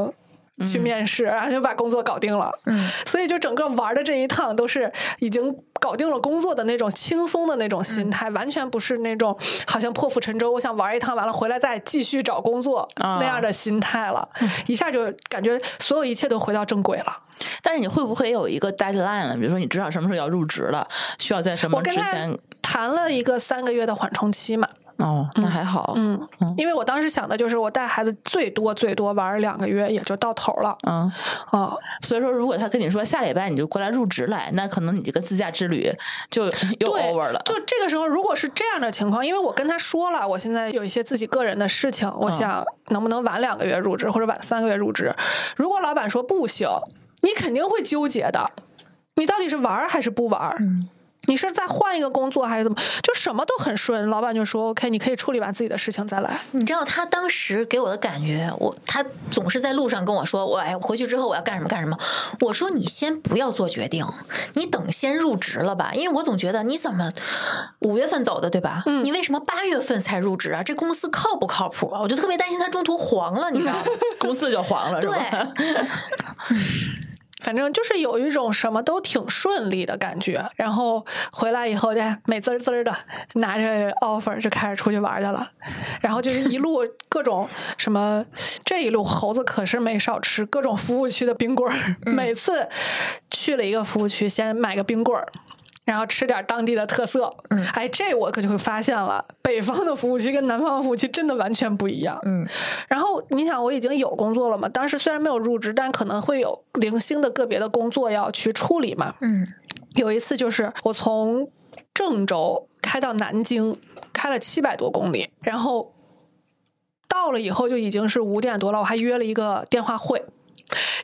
嗯去面试，然后就把工作搞定了。嗯，所以就整个玩的这一趟都是已经搞定了工作的那种轻松的那种嗯心态，完全不是那种好像破釜沉舟，我想玩一趟完了回来再继续找工作、啊嗯那样的心态了，一下就感觉所有一切都回到正轨了。但是你会不会有一个 deadline 了？比如说你知道什么时候要入职了，需要在什我么之跟他前？谈了一个三个月的缓冲期嘛，哦，那还好。嗯嗯，因为我当时想的就是我带孩子最多最多玩两个月也就到头了啊、嗯所以说，如果他跟你说下礼拜你就过来入职来，那可能你这个自驾之旅就又对 over 了。就这个时候，如果是这样的情况，因为我跟他说了，我现在有一些自己个人的事情，我嗯想能不能晚两个月入职或者晚三个月入职。如果老板说不行，你肯定会纠结的，你到底是玩儿还是不玩儿？你是再换一个工作还是怎么？就什么都很顺，老板就说 OK，你可以处理完自己的事情再来。你知道他当时给我的感觉，我他总是在路上跟我说，我哎，我回去之后我要干什么干什么。我说你先不要做决定，你等先入职了吧，因为我总觉得你怎么五月份走的对吧？嗯你为什么八月份才入职啊？这公司靠不靠谱啊？我就特别担心他中途黄了，你 [laughs] 知道吗？公司就黄了，是吧？对反正就是有一种什么都挺顺利的感觉，然后回来以后，哎，美滋儿滋儿的拿着 offer 就开始出去玩去了，然后就是一路各种什么，这一路猴子可是没少吃，各种服务区的冰棍儿，每次去了一个服务区，先买个冰棍儿。然后吃点当地的特色，嗯，哎，这我可就会发现了，北方的服务区跟南方的服务区真的完全不一样，嗯，然后你想，我已经有工作了嘛，当时虽然没有入职，但可能会有零星的个别的工作要去处理嘛。嗯有一次就是我从郑州开到南京，开了七百多公里，然后到了以后就已经是五点多了，我还约了一个电话会。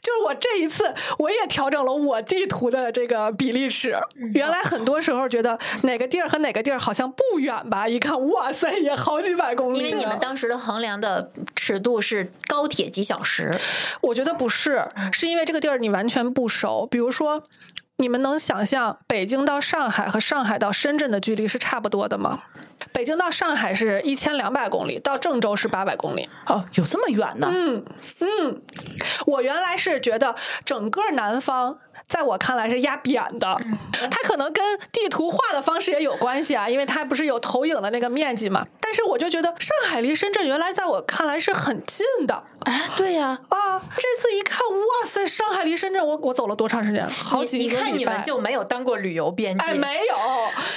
就是我这一次我也调整了我地图的这个比例尺。原来很多时候觉得哪个地儿和哪个地儿好像不远吧，一看哇塞，也好几百公里因了。为你们当时的衡量的尺度是高铁几小时，我觉得不是，是因为这个地儿你完全不熟。比如说，你们能想象北京到上海和上海到深圳的距离是差不多的吗？北京到上海是一千两百公里，到郑州是八百公里。哦，有这么远呢？我原来是觉得整个南方。在我看来是压扁的，它可能跟地图画的方式也有关系啊，因为它不是有投影的那个面积嘛。但是我就觉得上海离深圳原来在我看来是很近的，哎，对呀、啊，这次一看，哇塞，上海离深圳，我我走了多长时间？好几你你个看礼你们拜就没有当过旅游编辑，哎没有，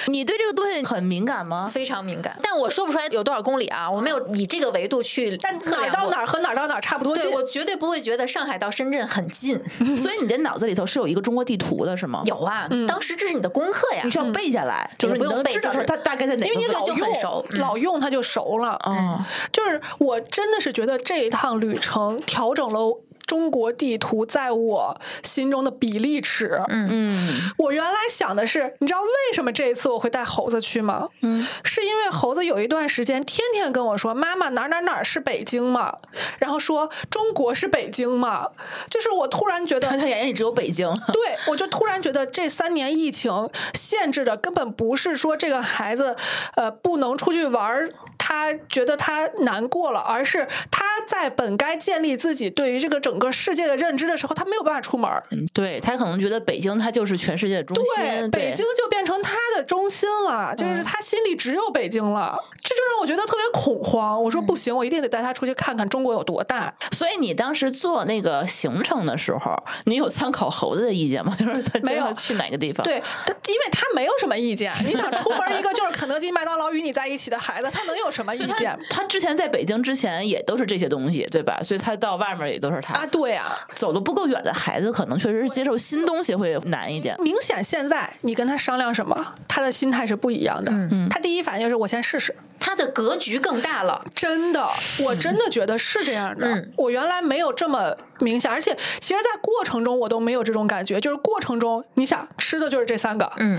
你对这个东西很敏感 [laughs] 吗？非常敏感。但我说不出来有多少公里啊，我没有以这个维度去但测哪儿量到过哪儿和哪儿到哪儿差不多嗯近对，。我绝对不会觉得上海到深圳很近。所以你的脑子里头是有一个中国地图的，是吗？，有啊，嗯当时这是你的功课呀你。需要背下来，嗯就是也你不用能背知道就说是它大概在哪因个为你位置。老就很 [laughs] 用熟嗯老用它就熟了。哦，就是我真的是觉得这一趟旅程调整了中国地图在我心中的比例尺。嗯，我原来想的是，你知道为什么这一次我会带猴子去吗？嗯，是因为猴子有一段时间天天跟我说：“妈妈，哪儿哪儿哪儿是北京嘛？”然后说：“中国是北京嘛？”就是我突然觉得他，他眼里只有北 [laughs] 京。对我就突然觉得这三年疫情限制的根本不是说这个孩子呃不能出去玩儿，他觉得他难过了，而是他在本该建立自己对于这个整个世界的认知的时候，他没有办法出门儿。嗯对他可能觉得北京，它就是全世界的中对，心。嗯北京就变成他的中心了，就是他心里只有北京了，这就让我觉得特别恐慌。我说不嗯行，我一定得带他出去看看中国有多大。所以你当时做那个行程的时候，你有参考猴子的意见吗？ [laughs] 就是他没有要去哪个地方？，对，他因为他没有什么意见。你想出门一个就是肯德基、麦当劳与你在一起的孩子，他能有什么意所以他见？他之前在北京之前也都是这些东西，对吧？所以他到外面也都是他。啊，对啊，走的不够远的孩子，可能确实是接受新东西会难一点。明显现在你跟他商量什么，他的心态是不一样的。嗯他第一反应就是我先试试，它的格局更大了，真 [laughs] 的，我真的觉得是这样的。嗯我原来没有这么明显，而且其实，在过程中我都没有这种感觉。就是过程中，你想吃的就是这三个，嗯，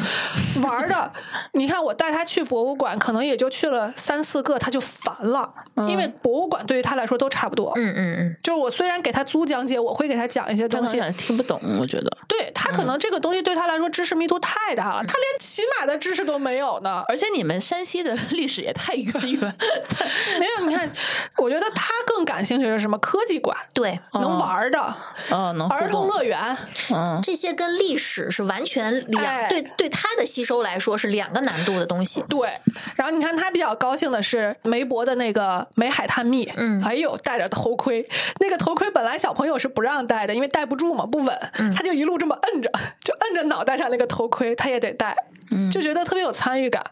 玩的，你看我带他去博物馆，可能也就去了三四个，他就烦了，因为博物馆对于他来说都差不多。嗯嗯嗯，就是我虽然给他租讲解，我会给他讲一些他东可能西有，点听不懂，我觉得。对他嗯可能这个东西对他来说知识密度太大了，他连起码的知识都没有呢。而且你们山西的 [laughs] 历史也太渊源，没有，你看，我觉得他更感兴趣的是什么？科技馆。对。能玩儿的， [laughs] 嗯、能哦互儿童动乐园，嗯，这些跟历史是完全两、哎对，对他的吸收来说是两个难度的东西。对。然后你看他比较高兴的是梅博的那个梅海探秘，嗯哎呦，戴着头盔，那个头盔本来小朋友是不让戴的，因为戴不住嘛，不稳，嗯他就一路这么摁着，就摁着脑袋上那个头盔，他也得戴，嗯就觉得特别有参与感。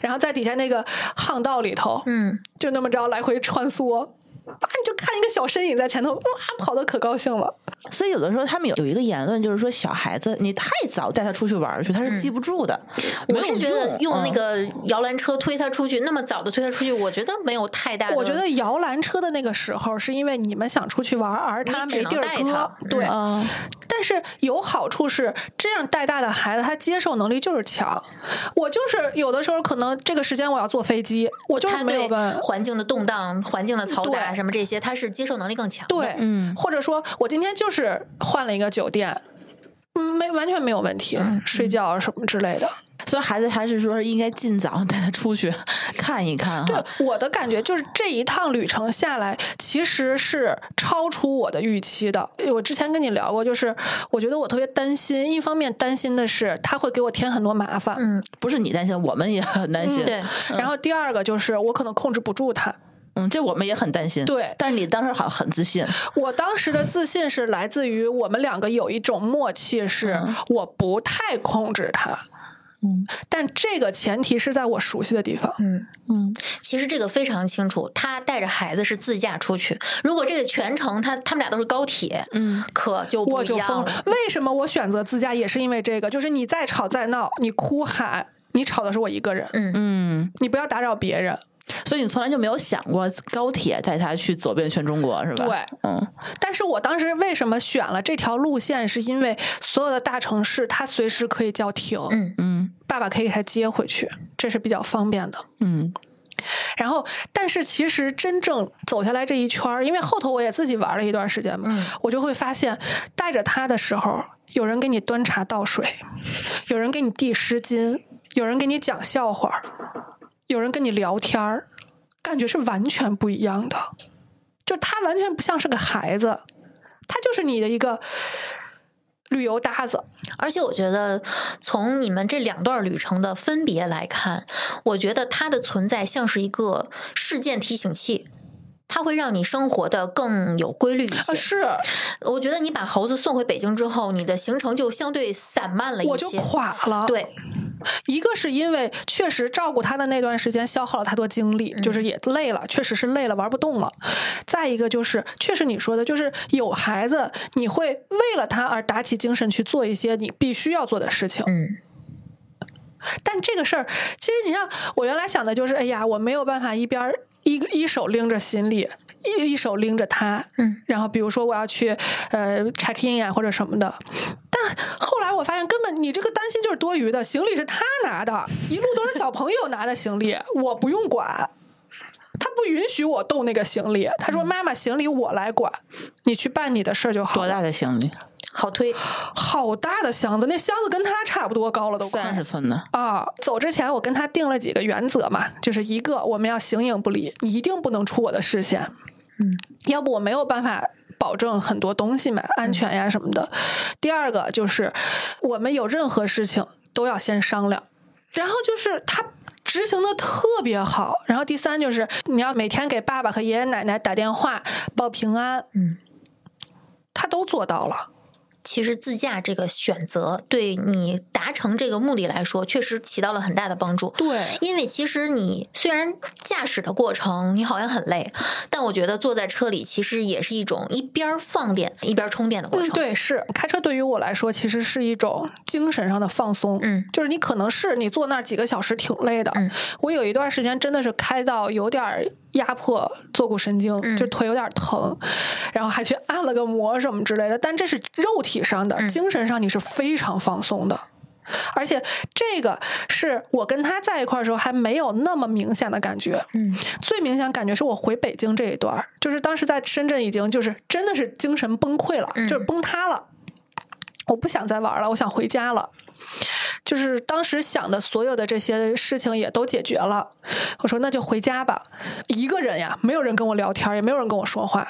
然后在底下那个巷道里头，嗯，就那么着来回穿梭。啊！你就看一个小身影在前头，哇，跑的可高兴了。所以有的时候他们有有一个言论，就是说小孩子你太早带他出去玩儿去，他是记不住的。我是觉得用那个。嗯个摇篮车推他出去，那么早的推他出去，我觉得没有太大的。我觉得摇篮车的那个时候，是因为你们想出去玩，而他你只没能地儿搁带他。对，嗯但是有好处是，这样带大的孩子他接受能力就是强。我就是有的时候可能这个时间我要坐飞机，我就是他没有对办法。环境的动荡、环境的嘈杂对什么这些，他是接受能力更强的。对，嗯，或者说我今天就是换了一个酒店，嗯，没完全没有问题，嗯睡觉啊什么之类的。嗯所以孩子还是说应该尽早带他出去看一看哈。对，我的感觉就是这一趟旅程下来，其实是超出我的预期的。我之前跟你聊过，就是我觉得我特别担心，一方面担心的是他会给我添很多麻烦，不是你担心，我们也很担心。对，然后第二个就是我可能控制不住他。嗯，这我们也很担心。对但是你当时好像很自信，我当时的自信是来自于我们两个有一种默契，是我不太控制他。嗯，但这个前提是在我熟悉的地方。嗯，嗯，其实这个非常清楚，他带着孩子是自驾出去。如果这个全程他他们俩都是高铁，嗯，可就不我一就疯样了了。。为什么我选择自驾也是因为这个，就是你再吵再闹，你哭喊，你吵的是我一个人，嗯嗯，你不要打扰别人。所以你从来就没有想过高铁带他去走遍全中国，是吧？对，嗯，但是我当时为什么选了这条路线，是因为所有的大城市它随时可以叫停，嗯嗯爸爸可以给他接回去，这是比较方便的。嗯然后，但是其实真正走下来这一圈儿，因为后头我也自己玩了一段时间嘛，嗯我就会发现，带着他的时候，有人给你端茶倒水，有人给你递湿巾，有人给你讲笑话儿，有人跟你聊天儿，感觉是完全不一样的。就他完全不像是个孩子，他就是你的一个旅游搭子。啊而且我觉得，从你们这两段旅程的分别来看，我觉得它的存在像是一个事件提醒器，它会让你生活的更有规律一啊，些。是，我觉得你把猴子送回北京之后，你的行程就相对散漫了我一就些。垮了。。对，一个是因为确实照顾他的那段时间消耗了太多精力，就是也累了，确实是累了，玩不动了。再一个就是，确实你说的，就是有孩子，你会为了他而打起精神去做一些你必须要做的事情。嗯，但这个事儿，其实你像我原来想的就是，哎呀，我没有办法一边儿一个一手拎着行李，一一手拎着他，嗯，然后比如说我要去呃 check in 呀或者什么的，但后来我发现根本你这个担心就是多余的，行李是他拿的，一路都是小朋友拿的行李， [laughs] 我不用管。他不允许我动那个行李，他说：“妈妈，行李我来管，你去办你的事儿就好嗯多了。大的行李？好推，”好大的箱子，那箱子跟他差不多高了，都快三十寸的，啊，走之前我跟他定了几个原则嘛，就是一个我们要形影不离，你一定不能出我的视线，嗯，要不我没有办法保证很多东西嘛，安全呀什么的。第二个就是我们有任何事情都要先商量，然后就是他。执行的特别好，然后第三就是你要每天给爸爸和爷爷奶奶打电话报平安，嗯，他都做到了。其实自驾这个选择对你达成这个目的来说，确实起到了很大的帮助。对因为其实你虽然驾驶的过程你好像很累，但我觉得坐在车里其实也是一种一边儿放电一边儿充电的过嗯，程。对，是开车对于我来说，其实是一种精神上的放松。嗯，就是你可能是你坐那儿几个小时挺累的。嗯我有一段时间真的是开到有点儿压迫坐骨神经，嗯就腿有点儿疼，然后还去按了个摩什么之类的。但这是肉体上的，嗯精神上你是非常放松的。而且这个是我跟他在一块儿的时候还没有那么明显的感觉，嗯，最明显感觉是我回北京这一段儿，就是当时在深圳已经就是真的是精神崩溃了，嗯就是崩塌了，我不想再玩了，我想回家了。就是当时想的所有的这些事情也都解决了，我说那就回家吧，一个人呀，没有人跟我聊天，也没有人跟我说话。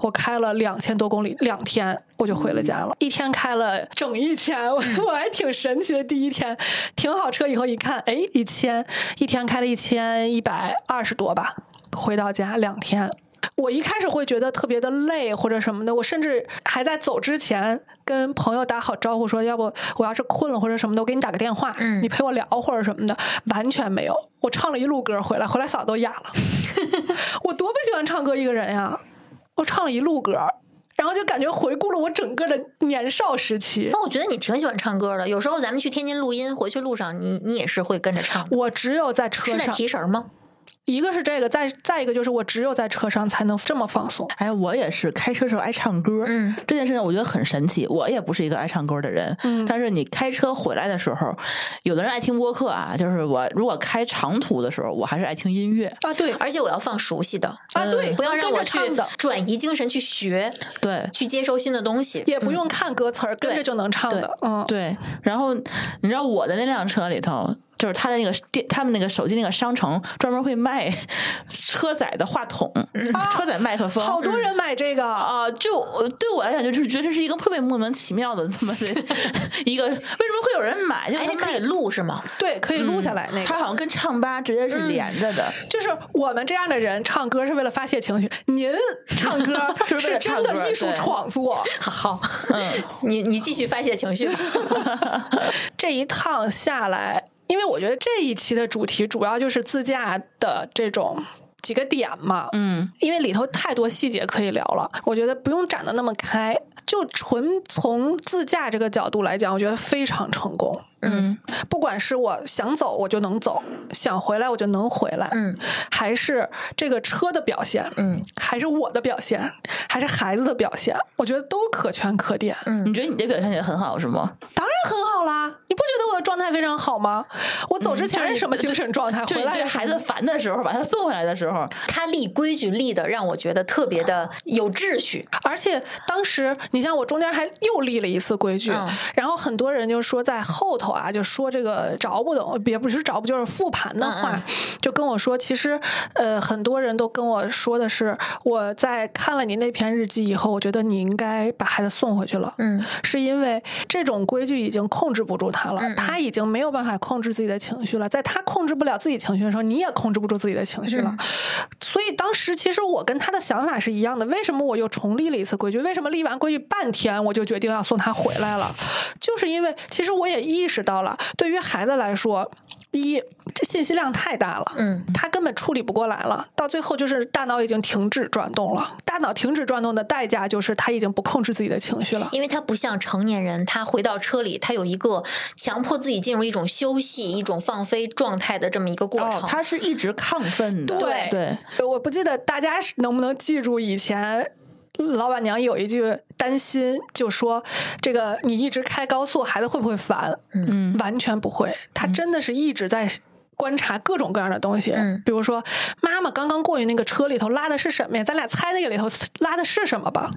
我开了两千多公里，两天我就回了家了，一天开了整一天， [laughs] 我我还挺神奇的。第一天停好车以后一看，哎，一千，一天开了一千一百二十多吧，回到家两天。我一开始会觉得特别的累或者什么的，我甚至还在走之前跟朋友打好招呼说，要不我要是困了或者什么的，我给你打个电话，嗯你陪我聊或者什么的，完全没有。我唱了一路歌回来，回来嗓子都哑 [laughs] 了。我多不喜欢唱歌一个人呀！我唱了一路歌，然后就感觉回顾了我整个的年少时期。那我觉得你挺喜欢唱歌的。有时候咱们去天津录音，回去路上你你也是会跟着唱的，我只有在车是在上，提神儿吗？一个是这个，再再一个就是我只有在车上才能这么放松。哎，我也是开车时候爱唱歌，嗯，这件事情我觉得很神奇。我也不是一个爱唱歌的人，嗯但是你开车回来的时候，有的人爱听播客啊，就是我如果开长途的时候，我还是爱听音乐。啊，对而且我要放熟悉的，啊，对，嗯不要能让跟我着去唱的，转移精神去学，对，去接收新的东西。也不用看歌词儿，跟着对就能唱的。嗯，嗯对，然后你知道我的那辆车里头，就是他的那个店，他们那个手机那个商城专门会卖 [laughs] 车载的话筒、车载麦克风。好多人买这个。啊、就呃对我来讲，就是觉得这是一个特别莫名其妙的这么的一个，为什么会有人买？就哎，是那他可以卖，录是吗？对，可以录下来那个。嗯他好像跟唱吧直接是连着的。就是我们这样的人唱歌是为了发泄情绪，您唱歌 [laughs] 就是是为了真唱歌的艺术对创作。好， [laughs] 你你继续发泄情绪吧。这一趟下来，因为我觉得这一期的主题主要就是自驾的这种几个点嘛，嗯因为里头太多细节可以聊了，我觉得不用展得那么开，就纯从自驾这个角度来讲，我觉得非常成功。嗯不管是我想走我就能走，想回来我就能回来，嗯还是这个车的表现，嗯还是我的表现，还是孩子的表现，我觉得都可圈可点，你觉得你的表现也很好是吗？当然很好啦。你不觉得我的状态非常好吗？我走之嗯就是前你是什么精神状态，就回你来对是孩什子么烦的时候，把他送回来的时候， [laughs] 他立规矩立的让我觉得特别的有秩序，而且当时，你像我中间还又立了一次规矩，嗯然后很多人就说在后头啊，就说这个找不懂，也不是找不就是复盘的话，嗯就跟我说，其实呃，很多人都跟我说的是，我在看了你那篇日记以后，我觉得你应该把孩子送回去了，嗯是因为这种规矩已经控制不住他了，嗯嗯他已经没有办法控制自己的情绪了。在他控制不了自己情绪的时候，你也控制不住自己的情绪嗯了。所以当时其实我跟他的想法是一样的。为什么我又重立了一次规矩？为什么立完规矩半天我就决定要送他回来了？就是因为其实我也意识到了，对于孩子来说，一这信息量太大了，嗯他根本处理不过来了，到最后就是大脑已经停止转动了。大脑停止转动的代价就是他已经不控制自己的情绪了。因为他不像成年人，他回到车里，他有一个强迫自己进入一种休息、一种放飞状态的这么一个过程。哦他是一直亢奋的，对对，我不记得大家是能不能记住以前。老板娘有一句担心，就说这个你一直开高速，孩子会不会烦？嗯完全不会，他真的是一直在观察各种各样的东西，嗯比如说妈妈刚刚过去那个车里头拉的是什么呀？咱俩猜那个里头拉的是什么吧？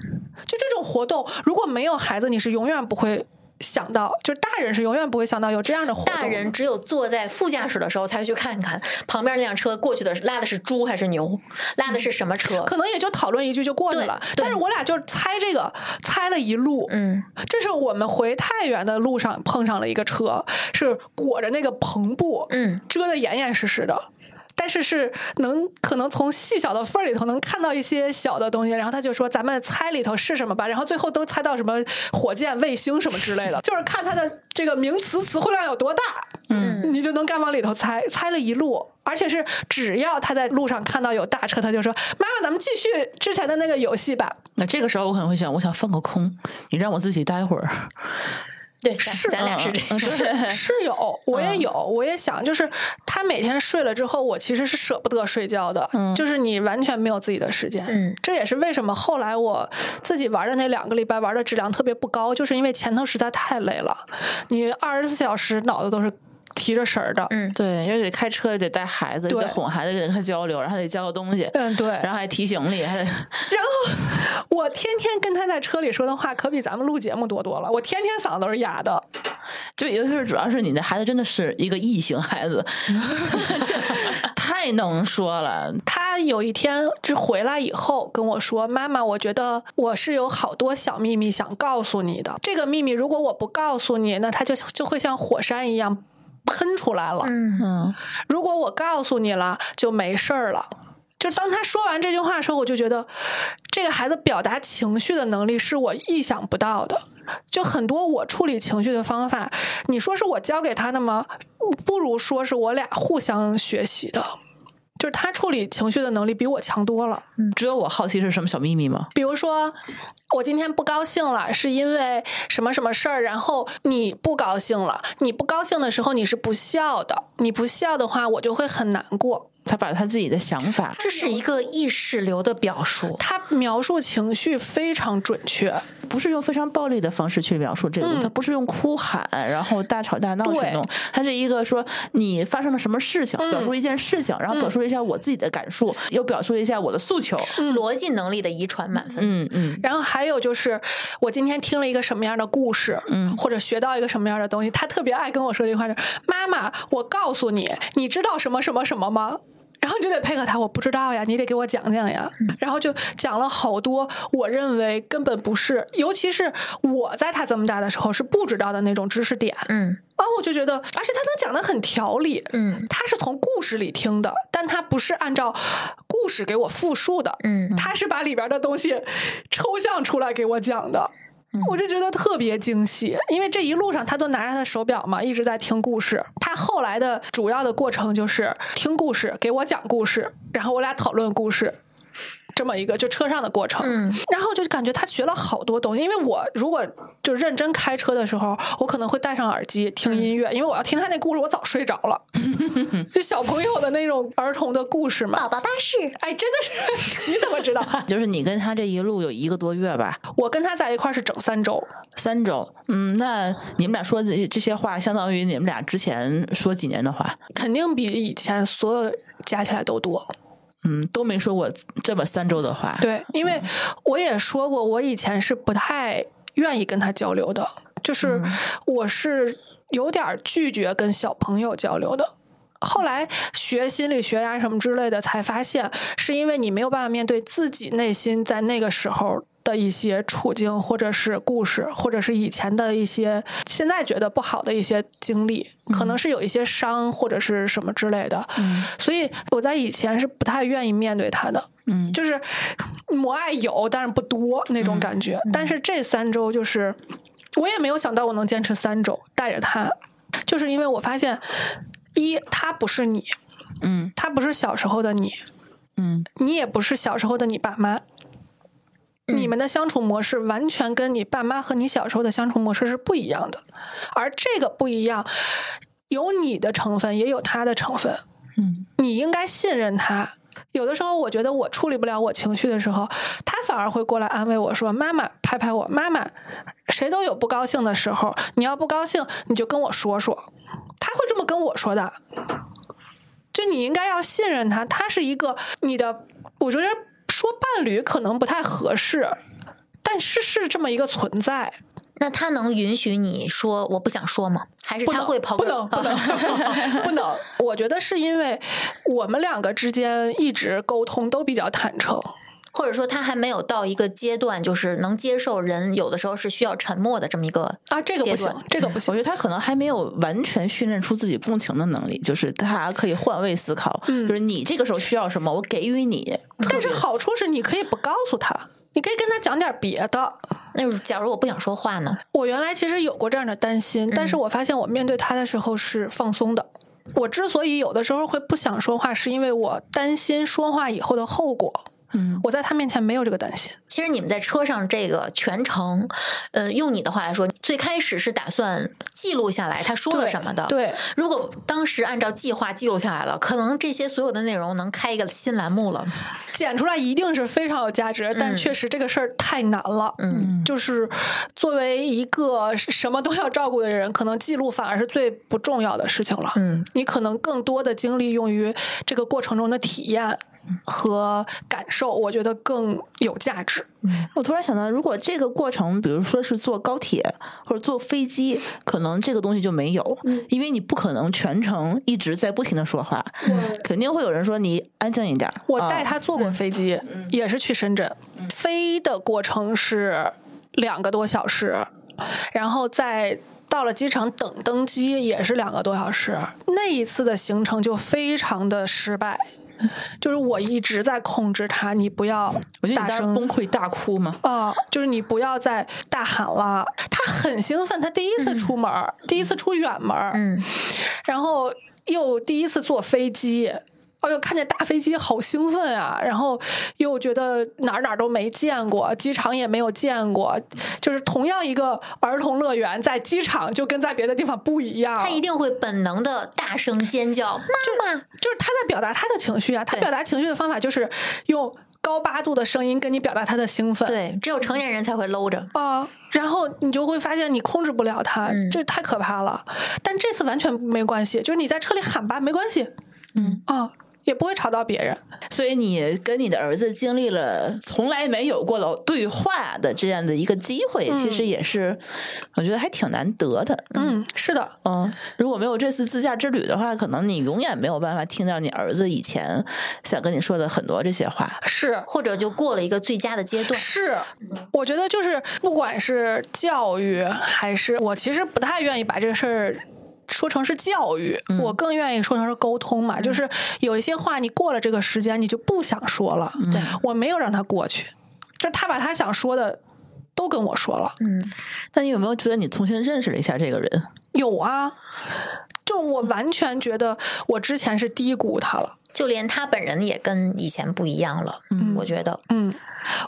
就这种活动，如果没有孩子，你是永远不会想到，就是大人是永远不会想到有这样的活动的。大人只有坐在副驾驶的时候才去看看旁边那辆车过去的是拉的是猪还是牛，拉的是什么车。嗯可能也就讨论一句就过去了，对对但是我俩就是猜这个，猜了一路，嗯，这是我们回太原的路上碰上了一个车，是裹着那个篷布，嗯，遮得严严实实的。但是是能可能从细小的缝儿里头能看到一些小的东西，然后他就说咱们猜里头是什么吧，然后最后都猜到什么火箭、卫星什么之类的， [laughs] 就是看它的这个名词词汇量有多大，嗯你就能敢往里头猜，猜了一路，而且是只要他在路上看到有大车，他就说妈妈咱们继续之前的那个游戏吧，那这个时候我可能会想，我想放个空，你让我自己待会儿。对，咱是咱俩是这样。嗯是 [laughs] 是有，我嗯也有，我也想，就是他每天睡了之后，我其实是舍不得睡觉的，嗯就是你完全没有自己的时间。嗯这也是为什么后来我自己玩的那两个礼拜玩的质量特别不高，就是因为前头实在太累了，你二十四小时脑子都是提着神儿的。嗯对，因为得开车，得带孩子，对得哄孩子，得跟他交流，然后还得交个东西，嗯，对。然后还提行李，还得 [laughs] 然后我天天跟他在车里说的话，可比咱们录节目多多了。我天天嗓子都是哑的。就尤其是主要是你的孩子真的是一个异型孩子，这太能说了。他有一天就回来以后跟我说：“妈妈，我觉得我是有好多小秘密想告诉你的。这个秘密如果我不告诉你，那它就就会像火山一样喷出来了。嗯嗯，如果我告诉你了，就没事儿了。”就当他说完这句话的时候，我就觉得这个孩子表达情绪的能力是我意想不到的。就很多我处理情绪的方法，你说是我教给他的吗？不如说是我俩互相学习的。就是他处理情绪的能力比我强多了。只有我好奇是什么小秘密吗？比如说，我今天不高兴了，是因为什么什么事儿，然后你不高兴了。你不高兴的时候，你是不笑的。你不笑的话，我就会很难过。他把他自己的想法，这是一个意识流的表述。他描述情绪非常准确，不是用非常暴力的方式去描述这个，嗯他不是用哭喊，然后大吵大闹去对嗯弄，他是一个说你发生了什么事情，表述一件事情，然后表述一下我自己的感受，又表述一下我的诉求。逻辑能力的遗传满分，嗯嗯，然后还有就是，我今天听了一个什么样的故事，嗯，或者学到一个什么样的东西，他特别爱跟我说这句话，就是妈妈，我告诉你，你知道什么什么什么吗？然后你就得配合他，我不知道呀，你得给我讲讲呀。然后就讲了好多，我认为根本不是，尤其是我在他这么大的时候是不知道的那种知识点。嗯啊，我就觉得，而且他能讲的很条理，嗯他是从故事里听的，但他不是按照故事给我复述的，嗯他是把里边的东西抽象出来给我讲的。嗯我就觉得特别惊喜，因为这一路上他都拿着他的手表嘛，一直在听故事。他后来的主要的过程就是听故事，给我讲故事，然后我俩讨论故事。这么一个就车上的过程。嗯，然后就感觉他学了好多东西，因为我如果就认真开车的时候，我可能会戴上耳机听嗯音乐，因为我要听他那故事，我早睡着 [laughs] 了。就小朋友的那种儿童的故事嘛，宝宝巴士，哎，真的是 [laughs] 你怎么知道？就是你跟他这一路有一个多月吧，我跟他在一块儿是整三周，三周。嗯，那你们俩说这这些话，相当于你们俩之前说几年的话，肯定比以前所有加起来都多。嗯，都没说过这么三周的话。，对，因为我也说过，我以前是不太愿意跟他交流的，就是我是有点儿拒绝跟小朋友交流的。后来学心理学呀、什么之类的，才发现是因为你没有办法面对自己内心在那个时候的一些处境，或者是故事，或者是以前的一些现在觉得不好的一些经历，可能是有一些伤或者是什么之类的。所以我在以前是不太愿意面对他的。嗯就是母爱有，但是不多那种感觉。嗯但是这三周就是，我也没有想到我能坚持三周带着他，就是因为我发现，一他不是你，嗯他不是小时候的你，嗯你也不是小时候的你爸妈。嗯你们的相处模式完全跟你爸妈和你小时候的相处模式是不一样的，而这个不一样，有你的成分，也有他的成分。嗯你应该信任他。有的时候，我觉得我处理不了我情绪的时候，他反而会过来安慰我说：“妈妈，拍拍我，妈妈，谁都有不高兴的时候，你要不高兴，你就跟我说说。”他会这么跟我说的。就你应该要信任他，他是一个你的，我觉得说伴侣可能不太合适，但是是这么一个存在。那他能允许你说我不想说吗？还是不他能会跑不过能 [laughs] 不能不能。我觉得是因为我们两个之间一直沟通都比较坦诚，或者说他还没有到一个阶段，就是能接受人有的时候是需要沉默的这么一个啊，这个不阶行段，这个不我行觉。得他可能还没有完全训练出自己共情的能力，就是他可以换位思考，嗯就是你这个时候需要什么，我给予你。但是好处是，你可以不告诉他，你可以跟他讲点别的。那假如我不想说话呢？我原来其实有过这样的担心，但是嗯我发现我面对他的时候是放松的。我之所以有的时候会不想说话，是因为我担心说话以后的后果。嗯，我在他面前没有这个担心。其实你们在车上这个全程，呃，用你的话来说，最开始是打算记录下来他说了对什么的。，对，如果当时按照计划记录下来了，可能这些所有的内容能开一个新栏目了。剪出来一定是非常有价值，但嗯确实这个事儿太难了。嗯，就是作为一个什么都要照顾的人，可能记录反而是最不重要的事情了。嗯，你可能更多的精力用于这个过程中的体验和感受，我觉得更有价值。我突然想到，如果这个过程，比如说是坐高铁或者坐飞机，可能这个东西就没有，嗯因为你不可能全程一直在不停的说话，肯定会有人说你安静一点。我啊带他坐过飞机，也是去深圳，飞的过程是两个多小时，然后在到了机场等登机也是两个多小时。那一次的行程就非常的失败，就是我一直在控制他，你不要我觉得大你当时声崩溃大哭嘛，啊、就是你不要再大喊了。他很兴奋，他第一次出门儿，第一次出远门，嗯，然后又第一次坐飞机，哎呦，看见大飞机好兴奋啊！然后又觉得哪儿哪儿都没见过，机场也没有见过，就是同样一个儿童乐园，在机场就跟在别的地方不一样。他一定会本能的大声尖叫，妈妈。就是他在表达他的情绪啊，他对表达情绪的方法就是用高八度的声音跟你表达他的 [laughs] 兴奋。对，只有成年人才会搂着。啊、然后你就会发现你控制不了他，嗯这太可怕了。但这次完全没关系，就是你在车里喊吧，没关系，嗯啊、也不会吵到别人。嗯所以你跟你的儿子经历了从来没有过的对话的这样的一个机会，其实也是我觉得还挺难得的。嗯，是的，嗯，如果没有这次自驾之旅的话，可能你永远没有办法听到你儿子以前想跟你说的很多这些话。是或者就过了一个最佳的阶段，是，我觉得就是不管是教育还是我，其实不太愿意把这个事儿。说成是教育，我更愿意说成是沟通嘛。就是有一些话，你过了这个时间，你就不想说了。对我没有让他过去，就是他把他想说的都跟我说了。嗯，但你有没有觉得你重新认识了一下这个人？有啊，就我完全觉得我之前是低估他了。就连他本人也跟以前不一样了。嗯，我觉得嗯，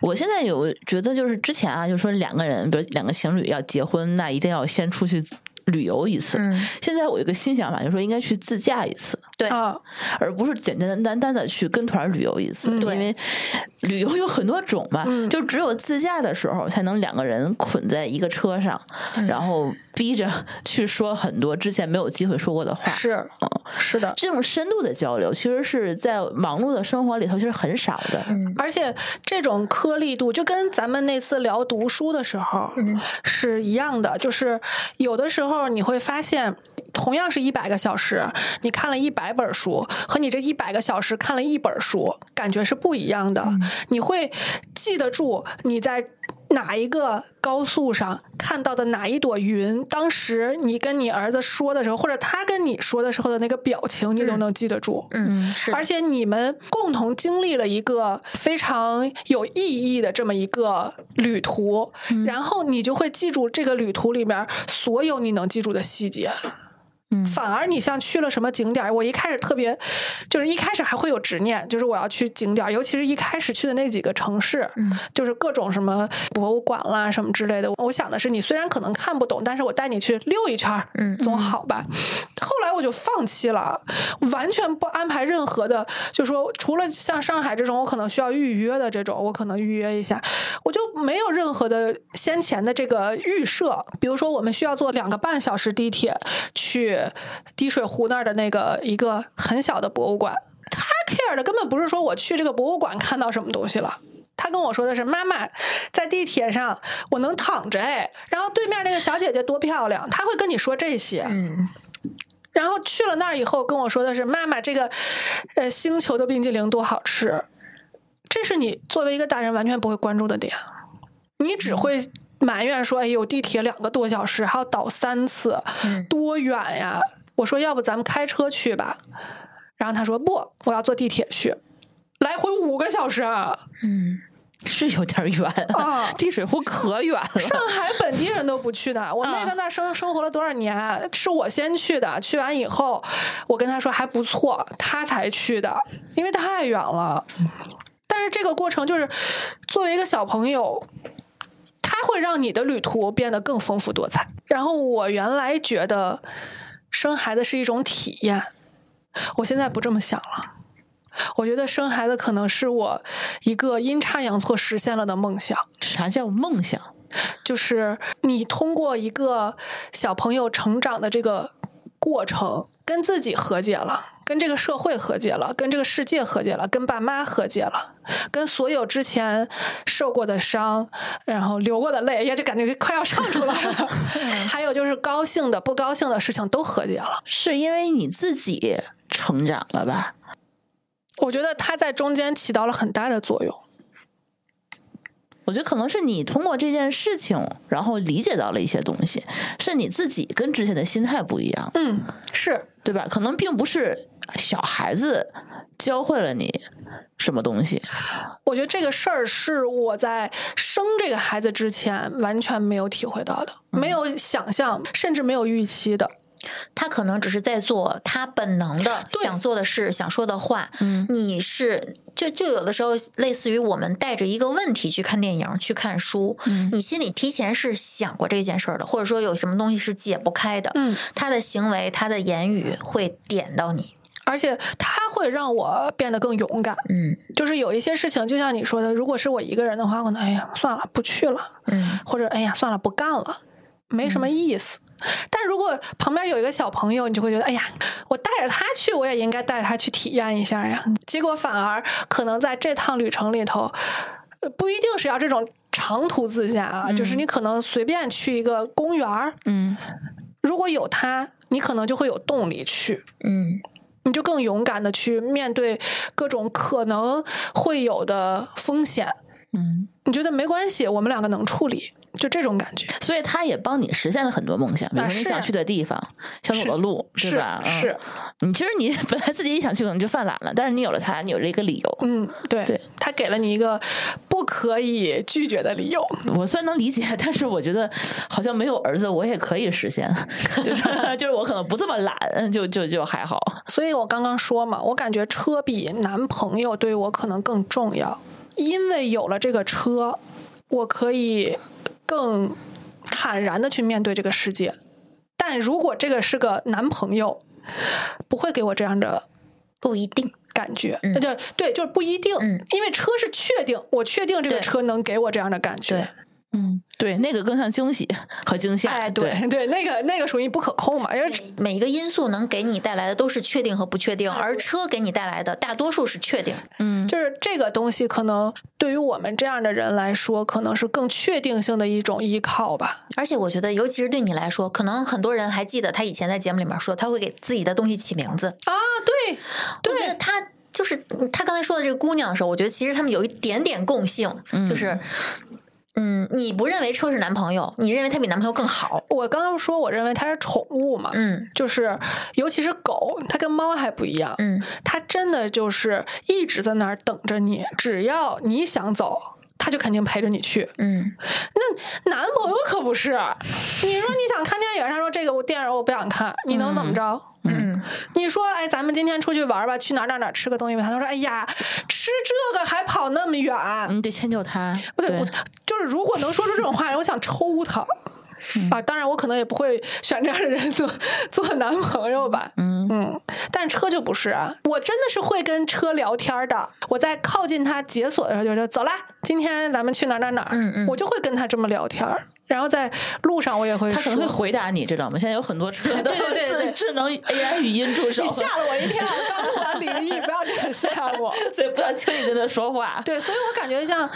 我现在有觉得，就是之前啊，就是说两个人，比如两个情侣要结婚，那一定要先出去旅游一次。嗯现在我有一个新想法，就是说应该去自驾一次，对啊，而不是简简单单的去跟团旅游一次。嗯因为旅游有很多种嘛，就只有自驾的时候才能两个人捆在一个车上，嗯然后逼着 [laughs] 去说很多之前没有机会说过的话。是嗯是的，这种深度的交流，其实是在忙碌的生活里头，其实很少的。而且这种颗粒度就跟咱们那次聊读书的时候是一样的，就是有的时候你会发现，同样是一百个小时，你看了一百本书，和你这一百个小时看了一本书，感觉是不一样的。你会记得住你在。哪一个高速上看到的哪一朵云？当时你跟你儿子说的时候，或者他跟你说的时候的那个表情，你都能记得住。嗯是的而且你们共同经历了一个非常有意义的这么一个旅途，嗯然后你就会记住这个旅途里面所有你能记住的细节。嗯反而你像去了什么景点儿，我一开始特别，就是一开始还会有执念，就是我要去景点儿，尤其是一开始去的那几个城市，嗯就是各种什么博物馆啦什么之类的。我想的是，你虽然可能看不懂，但是我带你去溜一圈儿，嗯总好吧。后来我就放弃了，完全不安排任何的，就说除了像上海这种我可能需要预约的这种，我可能预约一下，我就没有任何的先前的这个预设。比如说，我们需要坐两个半小时地铁去滴水湖那儿的那个一个很小的博物馆，他 care 的根本不是说我去这个博物馆看到什么东西了。他跟我说的是：“妈妈，在地铁上我能躺着哎，然后对面那个小姐姐多漂亮。”他会跟你说这些，嗯然后去了那儿以后，跟我说的是：“妈妈，这个呃星球的冰激凌多好吃。”这是你作为一个大人完全不会关注的点，你只会埋怨说：“哎呦，地铁两个多小时，还要倒三次，嗯多远呀！”我说：“要不咱们开车去吧？”然后他说：“不，我要坐地铁去，来回五个小时啊！嗯是有点远 [laughs] 啊滴水湖可远 [laughs] 上了。海本地人都不去的。我妹在那儿生生活了多少年，是我先去的。去完以后，我跟她说还不错，她才去的，因为太远了。但是这个过程就是，作为一个小朋友，它会让你的旅途变得更丰富多彩。然后我原来觉得生孩子是一种体验，我现在不这么想了。我觉得生孩子可能是我一个阴差阳错实现了的梦想。啥叫梦想？就是你通过一个小朋友成长的这个过程，跟自己和解了，跟这个社会和解了，跟这个世界和解了，跟爸妈和解了，跟所有之前受过的伤，然后流过的泪，哎呀，这感觉快要唱出来了。还有就是高兴的、不高兴的事情都和解了。是因为你自己成长了吧？我觉得他在中间起到了很大的作用。我觉得可能是你通过这件事情，然后理解到了一些东西，是你自己跟之前的心态不一样，嗯，是对吧？可能并不是小孩子教会了你什么东西，我觉得这个事儿是我在生这个孩子之前完全没有体会到的，没有想象，甚至没有预期的。他可能只是在做他本能的对想做的事、想说的话。嗯，你是就就有的时候类似于我们带着一个问题去看电影、去看书，你心里提前是想过这件事儿的，或者说有什么东西是解不开的。嗯，他的行为、他的言语会点到你。而且它会让我变得更勇敢。嗯就是有一些事情，就像你说的，如果是我一个人的话，我可能哎呀算了，不去了。嗯或者哎呀算了不干了，没什么意思。但如果旁边有一个小朋友，你就会觉得哎呀，我带着他去，我也应该带着他去体验一下呀。结果反而可能在这趟旅程里头，呃不一定是要这种长途自驾啊，就是你可能随便去一个公园儿，嗯，如果有他，你可能就会有动力去。嗯你就更勇敢的去面对各种可能会有的风险。嗯，你觉得没关系，我们两个能处理，就这种感觉。所以他也帮你实现了很多梦想，比如啊说你是啊想去的地方，想走的路，对是吧？嗯是，你其实你本来自己也想去，可能就犯懒了，但是你有了他，你有了一个理由。嗯，对，对他给了你一个不可以拒绝的理由。我虽然能理解，但是我觉得好像没有儿子，我也可以实现，就是 [laughs] 就是我可能不这么懒，就就就还好。所以我刚刚说嘛，我感觉车比男朋友对我可能更重要，因为有了这个车，我可以更坦然的去面对这个世界。但如果这个是个男朋友，不会给我这样的不一定。感觉，那就对，就是不一定，嗯因为车是确定，我确定这个对车能给我这样的感对觉。嗯，对，那个更像惊喜和惊吓。哎，对，对对，那个那个属于不可控嘛，因为每一个因素能给你带来的都是确定和不确定，而车给你带来的大多数是确定。就是这个东西，可能对于我们这样的人来说，可能是更确定性的一种依靠吧。而且我觉得，尤其是对你来说，可能很多人还记得他以前在节目里面说，他会给自己的东西起名字。啊，对，我觉得他就是他刚才说的这个姑娘的时候，我觉得其实他们有一点点共性，就是。嗯，你不认为车是男朋友，你认为他比男朋友更好。我刚刚说，我认为它是宠物嘛，嗯就是尤其是狗，它跟猫还不一样，嗯，它真的就是一直在那儿等着你，只要你想走。它就肯定陪着你去，嗯，那男朋友可不是。你说你想看电影，他说这个我电影我不想看，你能怎么着？嗯，你说，哎，咱们今天出去玩吧，去哪儿哪儿哪儿吃个东西吧？他说，哎呀，吃这个还跑那么远，你嗯得迁就他。我得我就是如果能说出这种话来，我想抽他。啊，当然我可能也不会选这样的人做做男朋友吧。嗯但车就不是啊，我真的是会跟车聊天的。我在靠近他解锁的时候，就说走啦，今天咱们去哪儿哪儿哪儿。嗯嗯我就会跟他这么聊天儿。然后在路上我也会他可说能会，回答你，知道吗？现在有很多车都对对对对智能 AI 语音助手你，吓了我一跳，我 [laughs] 刚录完灵异，不要这样吓我。所以不要轻易跟他说话。对，所以我感觉像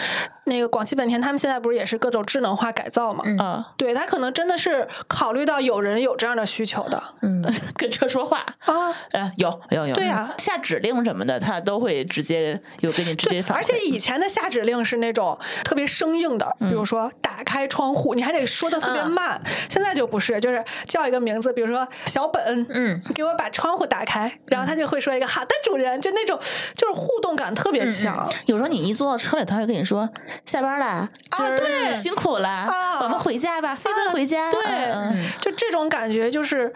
那个广汽本田，他们现在不是也是各种智能化改造嘛？啊，对他可能真的是考虑到有人有这样的需求的嗯跟车说话。啊。呃，有有有，对啊下指令什么的，他都会直接有给你直接反馈。而且以前的下指令是那种特别生硬的，比嗯如说打开窗户，你还得说的特别嗯慢。现在就不是，就是叫一个名字，比如说小本，嗯，给我把窗户打开，然嗯后他就会说一个“好的，主人”，就那种就是互动感特嗯别强。啊有时候你一坐到车里，他会跟你说下班啦，今儿对辛苦啦，啊我们回家吧，飞奔回家。对嗯嗯，就这种感觉，就是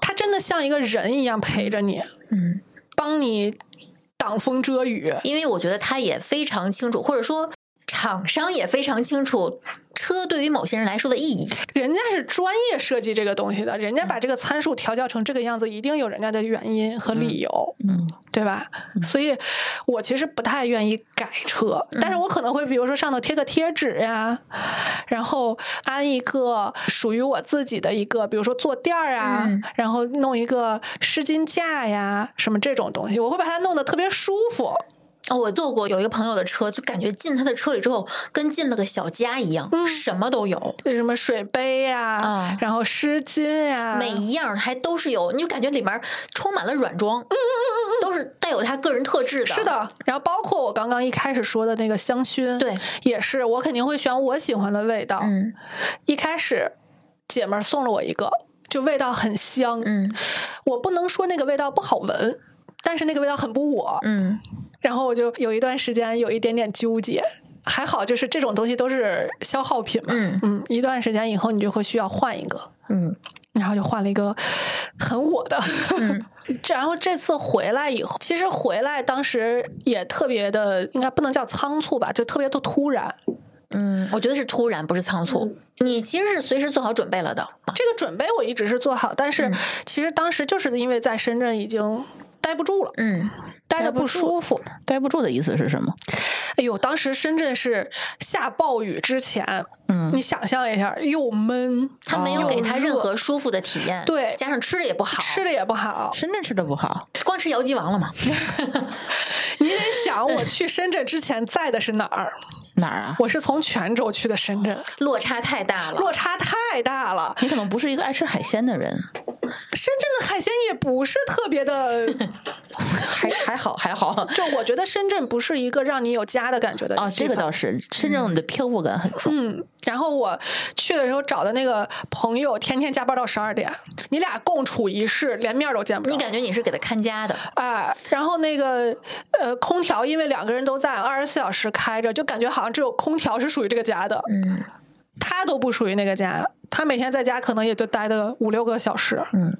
他真的像一个人一样陪着你，嗯，帮你挡风遮嗯雨。因为我觉得他也非常清楚，或者说厂商也非常清楚车对于某些人来说的意义。人家是专业设计这个东西的，人家嗯把这个参数调教成这个样子，一定有人家的原因和理由，嗯，嗯对吧？所以，我其实不太愿意改车，但是我可能会，比如说上头贴个贴纸呀，然后安一个属于我自己的一个，比如说坐垫儿啊，嗯然后弄一个湿巾架呀，什么这种东西，我会把它弄得特别舒服。哦，我坐过有一个朋友的车，就感觉进他的车里之后，跟进了个小家一样，嗯什么都有，就是什么水杯呀、啊然后湿巾啊呀、每一样还都是有，你就感觉里面充满了软嗯装，都是带有他个人特质的。是，的，然后包括我刚刚一开始说的那个香薰，对，也是我肯定会选我喜欢的味道。嗯一开始姐们儿送了我一个，就味道很香，嗯我不能说那个味道不好闻，但是那个味道很不我，嗯然后我就有一段时间有一点点纠结。还好，就是这种东西都是消耗品嘛，嗯嗯，一段时间以后你就会需要换一个，嗯然后就换了一个很我的。 [laughs] 这然后这次回来以后，其实回来当时也特别的，应该不能叫仓促吧，就特别的突然。嗯，我觉得是突然，不是仓嗯促。你其实是随时做好准备了的。这个准备我一直是做好，但是其实当时就是因为在深圳已经待不住了，嗯待的待不不舒服。待不住的意思是什么？哎呦，当时深圳是下暴雨之前，嗯你想象一下，又闷，他没哦有又给他任热何舒服的体验，对加上吃的也不好，吃的也不好，深圳吃的不好，光吃姚记王了嘛。你得想我去深圳之前在的是哪儿？哪儿啊？我是从泉州去的深 [laughs] 圳，落差太大了。落差太大了。你可能不是一个爱吃海鲜的人， [laughs] 深圳的海鲜也不是特别的还 [laughs] 还好还好就我觉得深圳不是一个让你有家的感觉的哦，这个地方倒是深圳的漂泊感很重。嗯，然后我去的时候找的那个朋友，天天加班到十二点，你俩共处一室，连面都见不着。你感觉你是给他看家的，啊，然后那个呃，空调因为两个人都在，二十四小时开着，就感觉好像只有空调是属于这个家的，嗯他都不属于那个家，他每天在家可能也就待个五六个小时，嗯，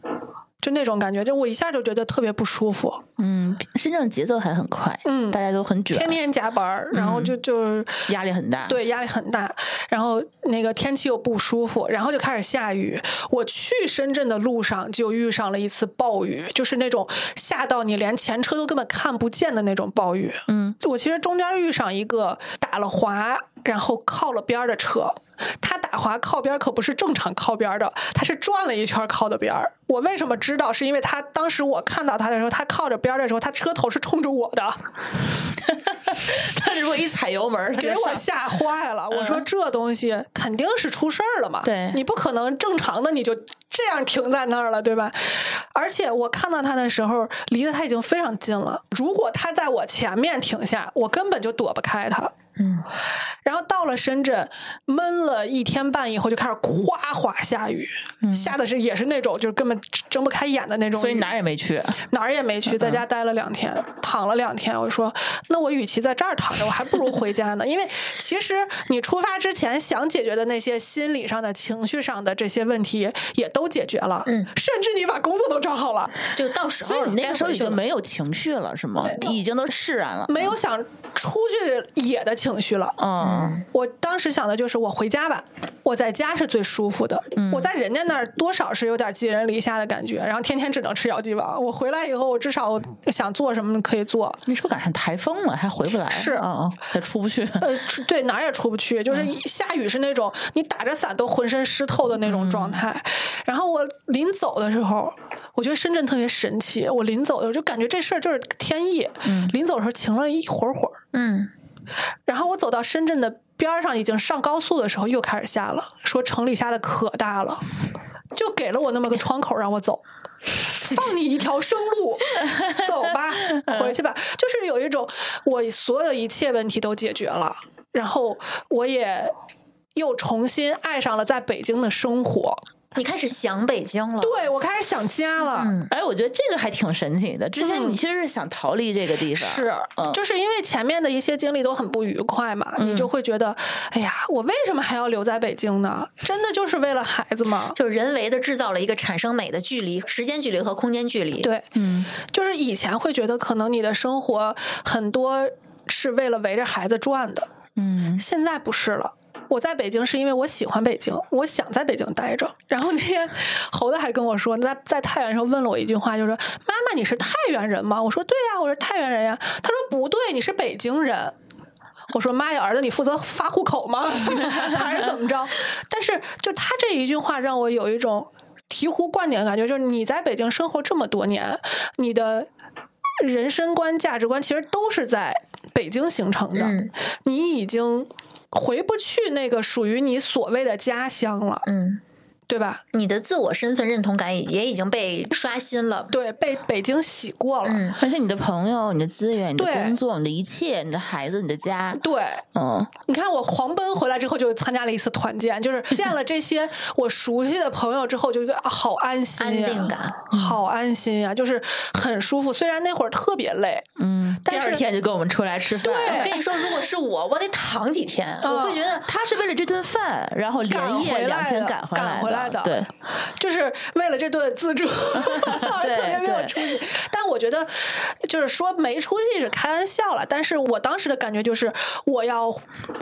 就那种感觉，就我一下就觉得特别不舒服，嗯，深圳节奏还很快，嗯大家都很卷，天天加班儿，然嗯后就就是压力很大。， [laughs] 对，压力很大，然后那个天气又不舒服，然后就开始下雨。我去深圳的路上就遇上了一次暴雨，就是那种下到你连前车都根本看不见的那种暴雨。嗯，我其实中间遇上一个打了滑，然后靠了边儿的车。他打滑靠边儿可不是正常靠边儿的，他是转了一圈儿靠的边儿。我为什么知道？是因为他当时我看到他的时候，他靠着边儿的时候，他车头是冲着我的。但是如果一踩油门儿，它就给我上嗯吓坏了！我说这东西肯定是出事儿了嘛，对你不可能正常的你就这样停在那儿了，对吧？而且我看到他的时候，离得他已经非常近了。如果他在我前面停下，我根本就躲不开他。嗯，然后到了深圳，闷了一天半以后，就开始哗哗下雨，下的是也是那种就是根本睁不开眼的那种雨。嗯所以哪儿也没去。哪儿也没去，在家待了两天，躺了两天。我就说，那我与其在这儿躺着，我还不如回家呢。因 [laughs] 为其实你出发之前想解决的那些心理上的、情绪上的这些问题也都解决了，嗯甚至你把工作都找好了，就到时候所以你那个时候已就哦经没有情绪了，是吗？你已经都释然了。没有想出去野的情绪了。嗯，我当时想的就是，我回家吧，我在家是最舒服的。我在人家那儿多少是有点寄人篱下的感觉，然后天天只能吃药剂王。我回来以后，我至少想做什么可以做，你是不是赶上台风了，还回不来？是嗯嗯，还出 [laughs] 不去。呃，出对，哪儿也出不去，就是一下雨是那种你打着伞都浑身湿透的那种状态。然后我临走的时候，我觉得深圳特别神奇。我临走的时候就感觉这事儿就是天意。临走的时候晴了一会儿会儿，嗯然后我走到深圳的边儿上，已经上高速的时候又开始下了，说城里下的可大了，就给了我那么个窗口让我走。放你一条生路，走吧，回去吧。就是有一种我所有一切问题都解决了，然后我也又重新爱上了在北京的生活。你开始想北京了，对我开始想家了。嗯哎，我觉得这个还挺神奇的。之前嗯你其实是想逃离这个地方，是嗯，就是因为前面的一些经历都很不愉快嘛，你就会觉得，哎呀，我为什么还要留在北京呢？真的就是为了孩子 [laughs] 吗？就是人为的制造了一个产生美的距离、时间距离和空间距离。，对，嗯，就是以前会觉得可能你的生活很多是为了围着孩子转的，嗯，现在不是了。我在北京是因为我喜欢北京，我想在北京待着。然后那天猴子还跟我说，在在太原的时候问了我一句话，就说：“妈妈，你是太原人吗？”我说：“对呀、我是太原人呀。”他说：“不对，你是北京人。”我说：“妈呀，儿子，你负责发户口吗？ [laughs] 还是怎么着？”但是就他这一句话，让我有一种醍醐灌顶的感觉，就是你在北京生活这么多年，你的人生观、价值观其实都是在北京形成的。嗯你已经回不去那个属于你所谓的家乡了，嗯，对吧？你的自我身份认同感也已经被刷新了。对，被北京洗过了。嗯，而且你的朋友、你的资源、你的对工作、你的一切、你的孩子、你的家，对，嗯，你看我狂奔回来之后，就参加了一次团建，就是见了这些我熟悉的朋友之后，就觉得啊好安心呀，安定感好安心呀，就是很舒服。虽然那会儿特别累，嗯，第但二是天就跟我们出来吃饭。对我跟你说，如果是我，我得躺几天，嗯我会觉得他是为了这顿饭，然后连赶夜回两来天的赶回赶回来的的。对，就是为了这顿自助，特别没有对出息。但我觉得，就是说没出息是开玩笑了。但是我当时的感觉就是，我要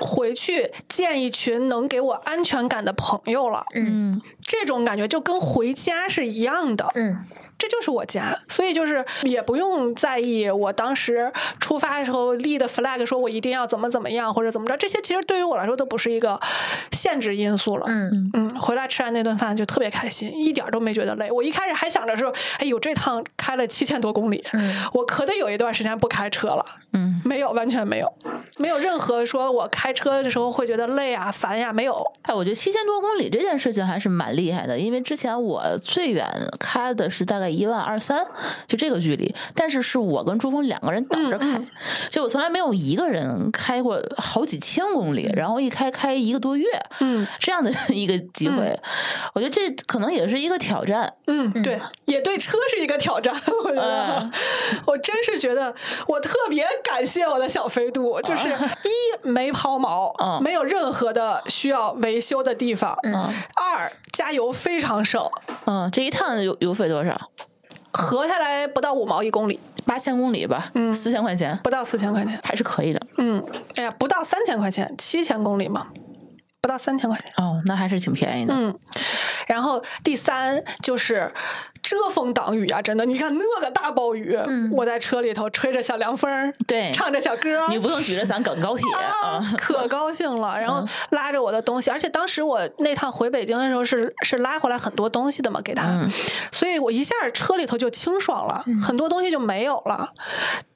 回去见一群能给我安全感的朋友了。嗯，这种感觉就跟回家是一样的。嗯，这就是我家，所以就是也不用在意我当时出发的时候立的 flag，说我一定要怎么怎么样或者怎么着，这些其实对于我来说都不是一个限制因素了。嗯嗯，回来吃完那顿饭就特别开心。心，一点儿都没觉得累。我一开始还想着说，哎呦，这趟开了七千多公里，嗯我可得有一段时间不开车了。嗯，没有，完全没有，没有任何说我开车的时候会觉得累啊、烦呀、没有。哎，我觉得七千多公里这件事情还是蛮厉害的，因为之前我最远开的是大概一万二三，就这个距离，但是是我跟朱峰两个人倒着开，嗯就我从来没有一个人开过好几千公里，然后一开开一个多月，嗯这样的一个机会，我觉得这可能也是一个挑战。嗯，对，也对车是一个挑战。 [laughs] 我觉得嗯，我真是觉得我特别感谢我的小飞度，就是一没抛锚，嗯没有任何的需要维修的地方；嗯二加油非常省，嗯，这一趟油油费多少？合下来不到五毛一公里，八千公里吧，嗯，四千块钱不到四千块钱。还是可以的。嗯，哎呀，不到三千块钱，七千公里嘛，不到三千块钱。哦，那还是挺便宜的。嗯，然后第三就是遮风挡雨啊，真的，你看那个大暴雨，我在车里头吹着小凉风儿，嗯对唱着小歌儿，你不用举着伞赶高铁啊。可高兴了，然后嗯拉着我的东西，而且当时我那趟回北京的时候是是拉回来很多东西的嘛，给他，嗯所以我一下车里头就清爽了，很多东西就没有了，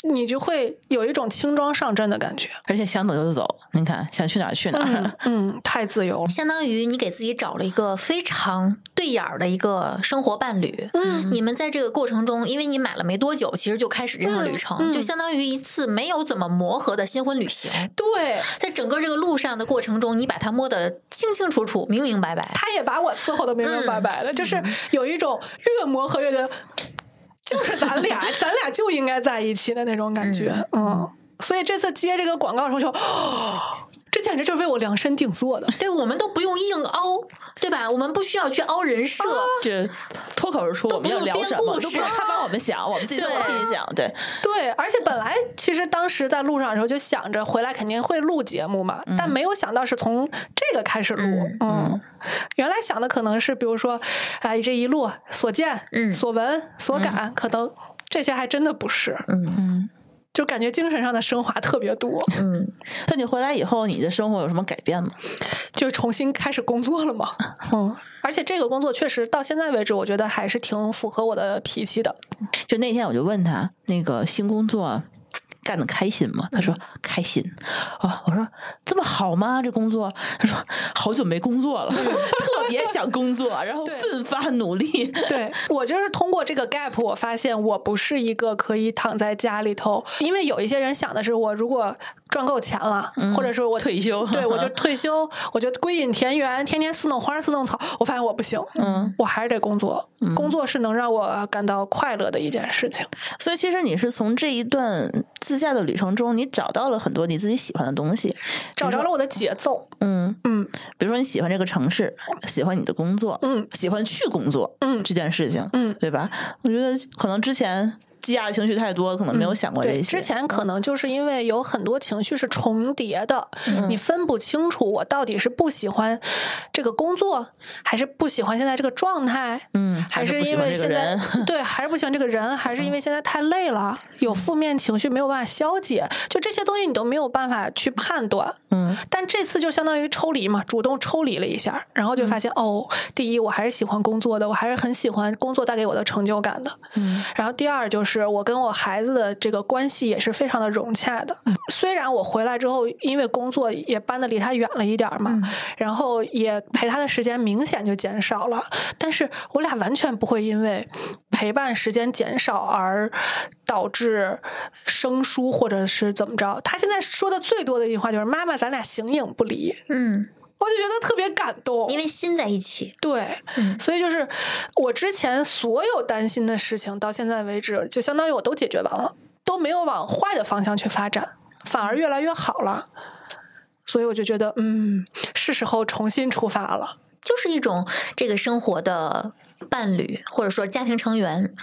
你就会有一种轻装上阵的感觉，而且想走就走，你看想去哪儿去哪儿。嗯嗯，太自由了，相当于你给自己找了一个非常对眼儿的一个生活伴侣。嗯，你们在这个过程中，因为你买了没多久，其实就开始这趟旅程，就相当于一次没有怎么磨合的新婚旅行。对，在整个这个路上的过程中，你把它摸得清清楚楚、明明白白。他也把我伺候的明明白白的，就是有一种越磨合越觉得，就是咱俩，咱俩就应该在一起的那种感觉。嗯，所以这次接这个广告的时候就，哦这简直就是为我量身定做的。对，我们都不用硬凹，对吧？我们不需要去凹人设，啊这脱口而出，我们要聊什么都不用编故都事啊不让他帮我们想，我们自己都对替你想。对，对，而且本来其实当时在路上的时候就想着回来肯定会录节目嘛，但没有想到是从这个开始录。嗯，原来想的可能是比如说，哎，这一路所见、嗯所闻、所感，可能这些还真的不是。嗯嗯。就感觉精神上的升华特别多，嗯，但你回来以后，你的生活有什么改变吗？就重新开始工作了嘛。嗯，而且这个工作确实到现在为止，我觉得还是挺符合我的脾气的。就那天我就问他，那个新工作干得开心吗？他说嗯开心。哦，我说这么好吗？这工作？他说好久没工作了，嗯特别想工作，然后对奋发努力。对我就是通过这个 gap，我发现我不是一个可以躺在家里头，因为有一些人想的是，我如果赚够钱了，或者是我嗯退休对 [laughs] 我就退休，我就归隐田园，天天四弄花儿四弄草。我发现我不行，嗯，我还是得工作，工作是能让我感到快乐的一件事情。所以其嗯实你是从这一段自驾的旅程中，你找到了很多你自己喜欢的东西。找着了我的节奏，嗯，嗯，比如说你喜欢这个城市，喜欢你的工作，嗯，喜欢去工作，嗯这件事情，嗯对吧？我觉得可能之前积压的情绪太多，可能没有想过这嗯对，些。之嗯前可能就是因为有很多情绪是重叠的，嗯你分不清楚我到底是不喜欢这个工作，还是不喜欢现在这个状态，嗯，还是是不喜因欢为这个现在人，嗯对，还是不喜欢这个人，还是因为现在太累了，有负面情绪没有办法消解，就这些东西你都没有办法去判断。 [laughs] 嗯，但这次就相当于抽离嘛，主动抽离了一下，然后就发现、哦，第一，我还是喜欢工作的，我还是很喜欢工作带给我的成就感的。嗯，然后第二就是我跟我孩子的这个关系也是非常的融洽的。虽然我回来之后，因为工作也搬的离他远了一点儿嘛，然后也陪他的时间明显就减少了，但是我俩完全不会因为陪伴时间减少而导致生疏或者是怎么着。他现在说的最多的一句话就是“妈妈，咱俩形影不离”，嗯，我就觉得特别感动，因为心在一起，对，嗯所以就是我之前所有担心的事情，到现在为止，就相当于我都解决完了，都没有往坏的方向去发展，反而越来越好了。所以我就觉得，嗯，是时候重新出发了。就是一种这个生活的伴侣或者说家庭成员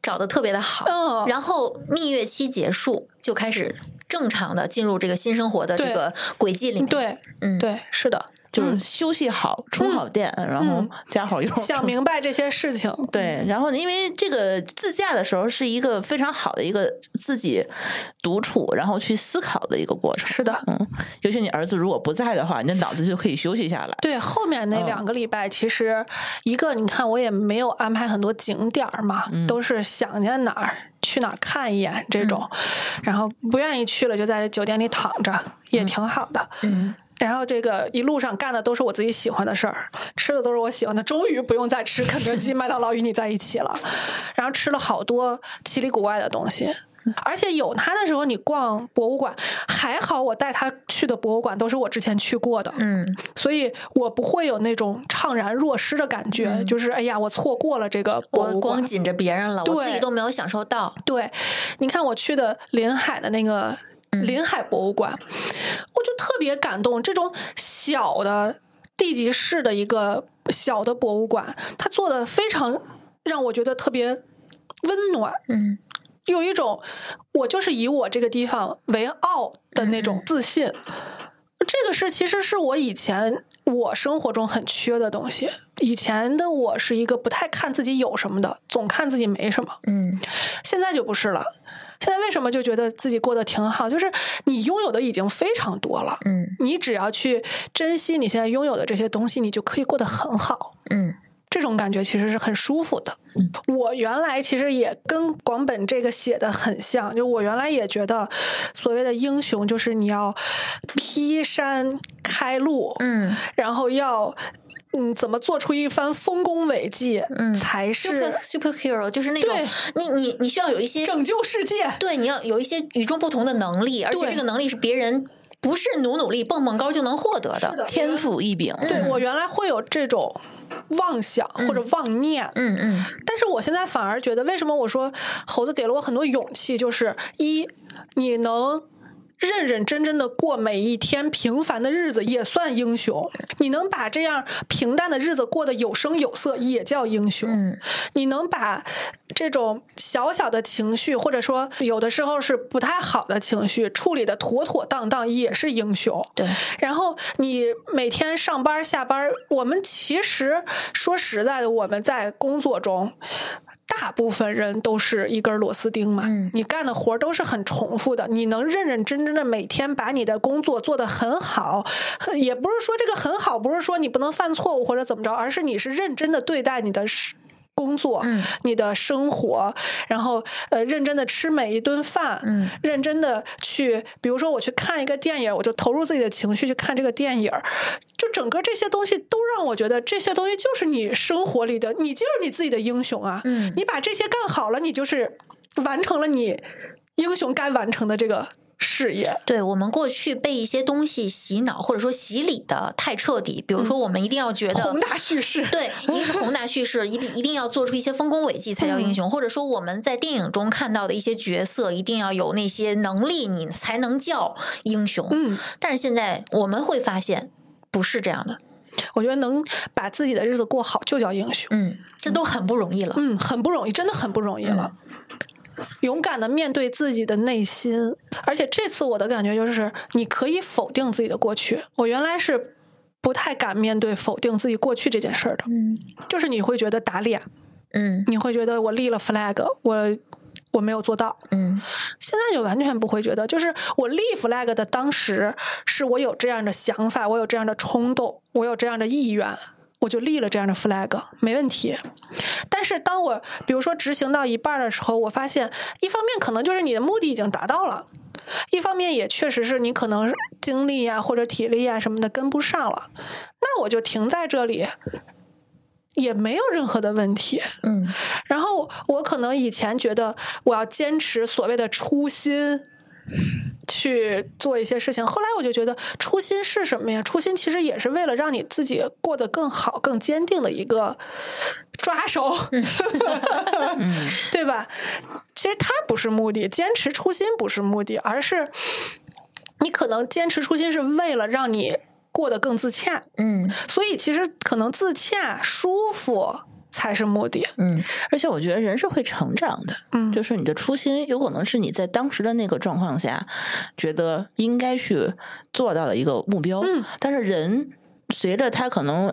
找的特别的好。嗯，然后蜜月期结束，就开始正常的进入这个新生活的这对个轨迹里面。，对嗯，对，是的，就是休息好，充好电，然后嗯加好 [laughs] 油。想 [laughs] 明白这些事情，嗯对，然后因为这个自驾的时候是一个非常好的一个自己独处，然后去思考的一个过程。是的。嗯，尤其你儿子如果不在的话，你的脑子就可以休息下来。对，后面那嗯两个礼拜，其实一个你看我也没有安排很多景点儿嘛，都是想见哪儿去哪儿看一眼这种，然后不愿意去了就在酒店里躺着，也挺好的。嗯，然后这个一路上干的都是我自己喜欢的事儿，吃的都是我喜欢的，终于不用再吃肯德基、麦当劳与你在一起了。然后吃了好多奇里古怪的东西，而且有它的时候，你逛博物馆还好，我带他去的博物馆都是我之前去过的，嗯，所以我不会有那种怅然若失的感觉，就是哎呀，我错过了这个博我物光馆。紧着别人了，我自己对都没有享受到。对，你看我去的临海的那个临海博物馆，我就特别感动。这种小的地级市的一个小的博物馆，它做的非常让我觉得特别温暖，嗯有一种我就是以我这个地方为傲的那种自信。这个是其实是我以前我生活中很缺的东西。以前的我是一个不太看自己有什么的，总看自己没什么。嗯现在就不是了。现在为什么就觉得自己过得挺好？就是你拥有的已经非常多了，嗯你只要去珍惜你现在拥有的这些东西，你就可以过得很好。嗯这种感觉其实是很舒服的。我原来其实也跟广本这个写的很像，就我原来也觉得所谓的英雄就是你要劈山开路，嗯，然后要嗯怎么做出一番丰功伟绩，嗯才 super 是 superhero 就是那种对你你你需要有一些拯救世界。对，你要有一些与众不同的能力，而且对这个能力是别人不是努努力、蹦蹦高就能获得的。天赋异禀，对我原来会有这种妄想或者妄念，嗯嗯嗯但是我现在反而觉得，为什么我说猴子给了我很多勇气，就是一，你能。认认真真的过每一天平凡的日子也算英雄，你能把这样平淡的日子过得有声有色也叫英雄。嗯你能把这种小小的情绪，或者说有的时候是不太好的情绪，处理的妥妥当当，也是英雄。对，然后你每天上班下班，我们其实说实在的，我们在工作中。大部分人都是一根螺丝钉嘛，嗯你干的活儿都是很重复的。你能认认真真的每天把你的工作做得很好，也不是说这个很好，不是说你不能犯错误或者怎么着，而是你是认真的对待你的事工作，嗯你的生活，然后呃认真的吃每一顿饭，嗯认真的去，比如说我去看一个电影，我就投入自己的情绪去看这个电影，就整个这些东西都让我觉得这些东西就是你生活里的，你就是你自己的英雄啊，嗯你把这些干好了，你就是完成了你英雄该完成的这个事业，对我们过去被一些东西洗脑或者说洗礼的太彻底，比如说我们一定要觉得嗯宏大叙事， [laughs] 对，一个是宏大叙事，一定一定要做出一些丰功伟绩才嗯叫英雄，或者说我们在电影中看到的一些角色，一定要有那些能力，你才能叫英雄。嗯，但是现在我们会发现，不是这样的，我觉得能把自己的日子过好就叫英雄。嗯，这都很不容易了。嗯，很不容易，真的很不容易了。勇敢的面对自己的内心，而且这次我的感觉就是，你可以否定自己的过去。我原来是不太敢面对否定自己过去这件事儿的，嗯就是你会觉得打脸，嗯你会觉得我立了 flag，我我没有做到。嗯现在就完全不会觉得，就是我立 flag 的当时，是我有这样的想法，我有这样的冲动，我有这样的意愿，我就立了这样的 flag，没问题。但是当我比如说执行到一半儿的时候，我发现一方面可能就是你的目的已经达到了，一方面也确实是你可能精力啊呀、或者体力呀、什么的跟不上了，那我就停在这里，也没有任何的问题。嗯然后我可能以前觉得我要坚持所谓的初心。去做一些事情，后来我就觉得初心是什么呀？初心其实也是为了让你自己过得更好、更坚定的一个抓手， [laughs] 对吧？其实它不是目的，坚持初心不是目的，而是你可能坚持初心是为了让你过得更自洽，嗯所以其实可能自洽、舒服才是目的。嗯而且我觉得人是会成长的，嗯就是你的初心有可能是你在当时的那个状况下觉得应该去做到的一个目标，嗯但是人随着他可能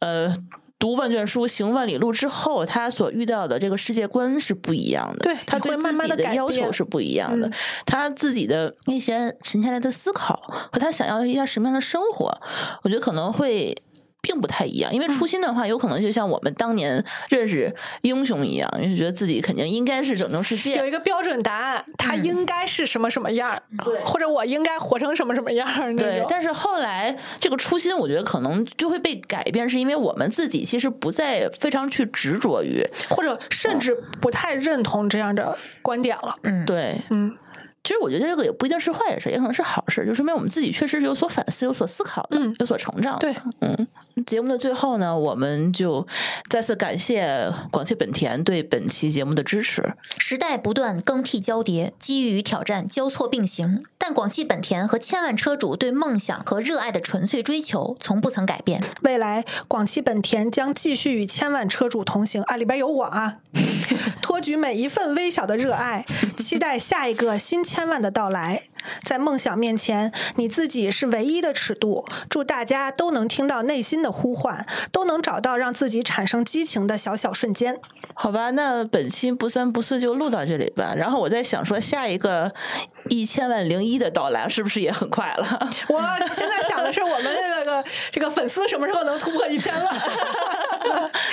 呃读万卷书、行万里路之后，他所遇到的这个世界观是不一样的，对他对你会慢自慢己地的改要求变是不一样的嗯，他自己的一些沉下来的思考和他想要一下什么样的生活，我觉得可能会。并不太一样，因为初心的话，有可能就像我们当年认识英雄一样，就是觉得自己肯定应该是拯救世界，有 [laughs] 一个标准答案，他应该是什么什么样儿，对或者我应该活成什么什么样儿那对种，。但是后来这个初心，我觉得可能就会被改变，是因为我们自己其实不再非常去执着于，或者甚至不太认同这样的观点了。对，嗯，其实我觉得这个也不一定是坏事，也可能是好事，就说明我们自己确实是有所反思、有所思考的，嗯有所成长的。嗯对，节目的最后呢，我们就再次感谢广汽本田对本期节目的支持。时代不断更替交叠，机遇与挑战交错并行，但广汽本田和千万车主对梦想和热爱的纯粹追求从不曾改变。未来广汽本田将继续与千万车主同行啊，里边有我 [laughs] 啊，托举每一份微小的热爱，期待下一个新千万的到来。在梦想面前，你自己是唯一的尺度。祝大家都能听到内心的呼唤，都能找到让自己产生激情的小小瞬间。好吧，那本期不三不四就录到这里吧。然后我在想说，下一个一千万零一的到来是不是也很快了？ [laughs] 我现在想的是，我们这个这个粉丝什么时候能突破一千 [laughs] 万？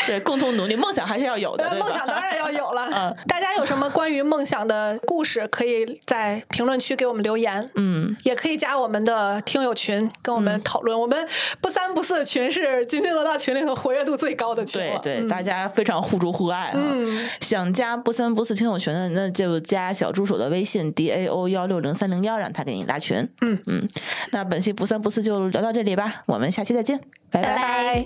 对，共同努力，梦想还是要有的，呃对吧？梦想当然要有了。嗯大家有什么关于梦想的故事，可以在评论区给我们留言。嗯，也可以加我们的听友群，跟我们讨论。我们不三不四的群是津津乐道群里头活跃度最高的群对了。对，嗯大家非常互助互爱啊！嗯想加不三不四听友群的，那就加小助手的微信 d a o 幺六零三零幺，让他给你拉群。嗯嗯，那本期不三不四就聊到这里吧，我们下期再见，拜拜拜拜。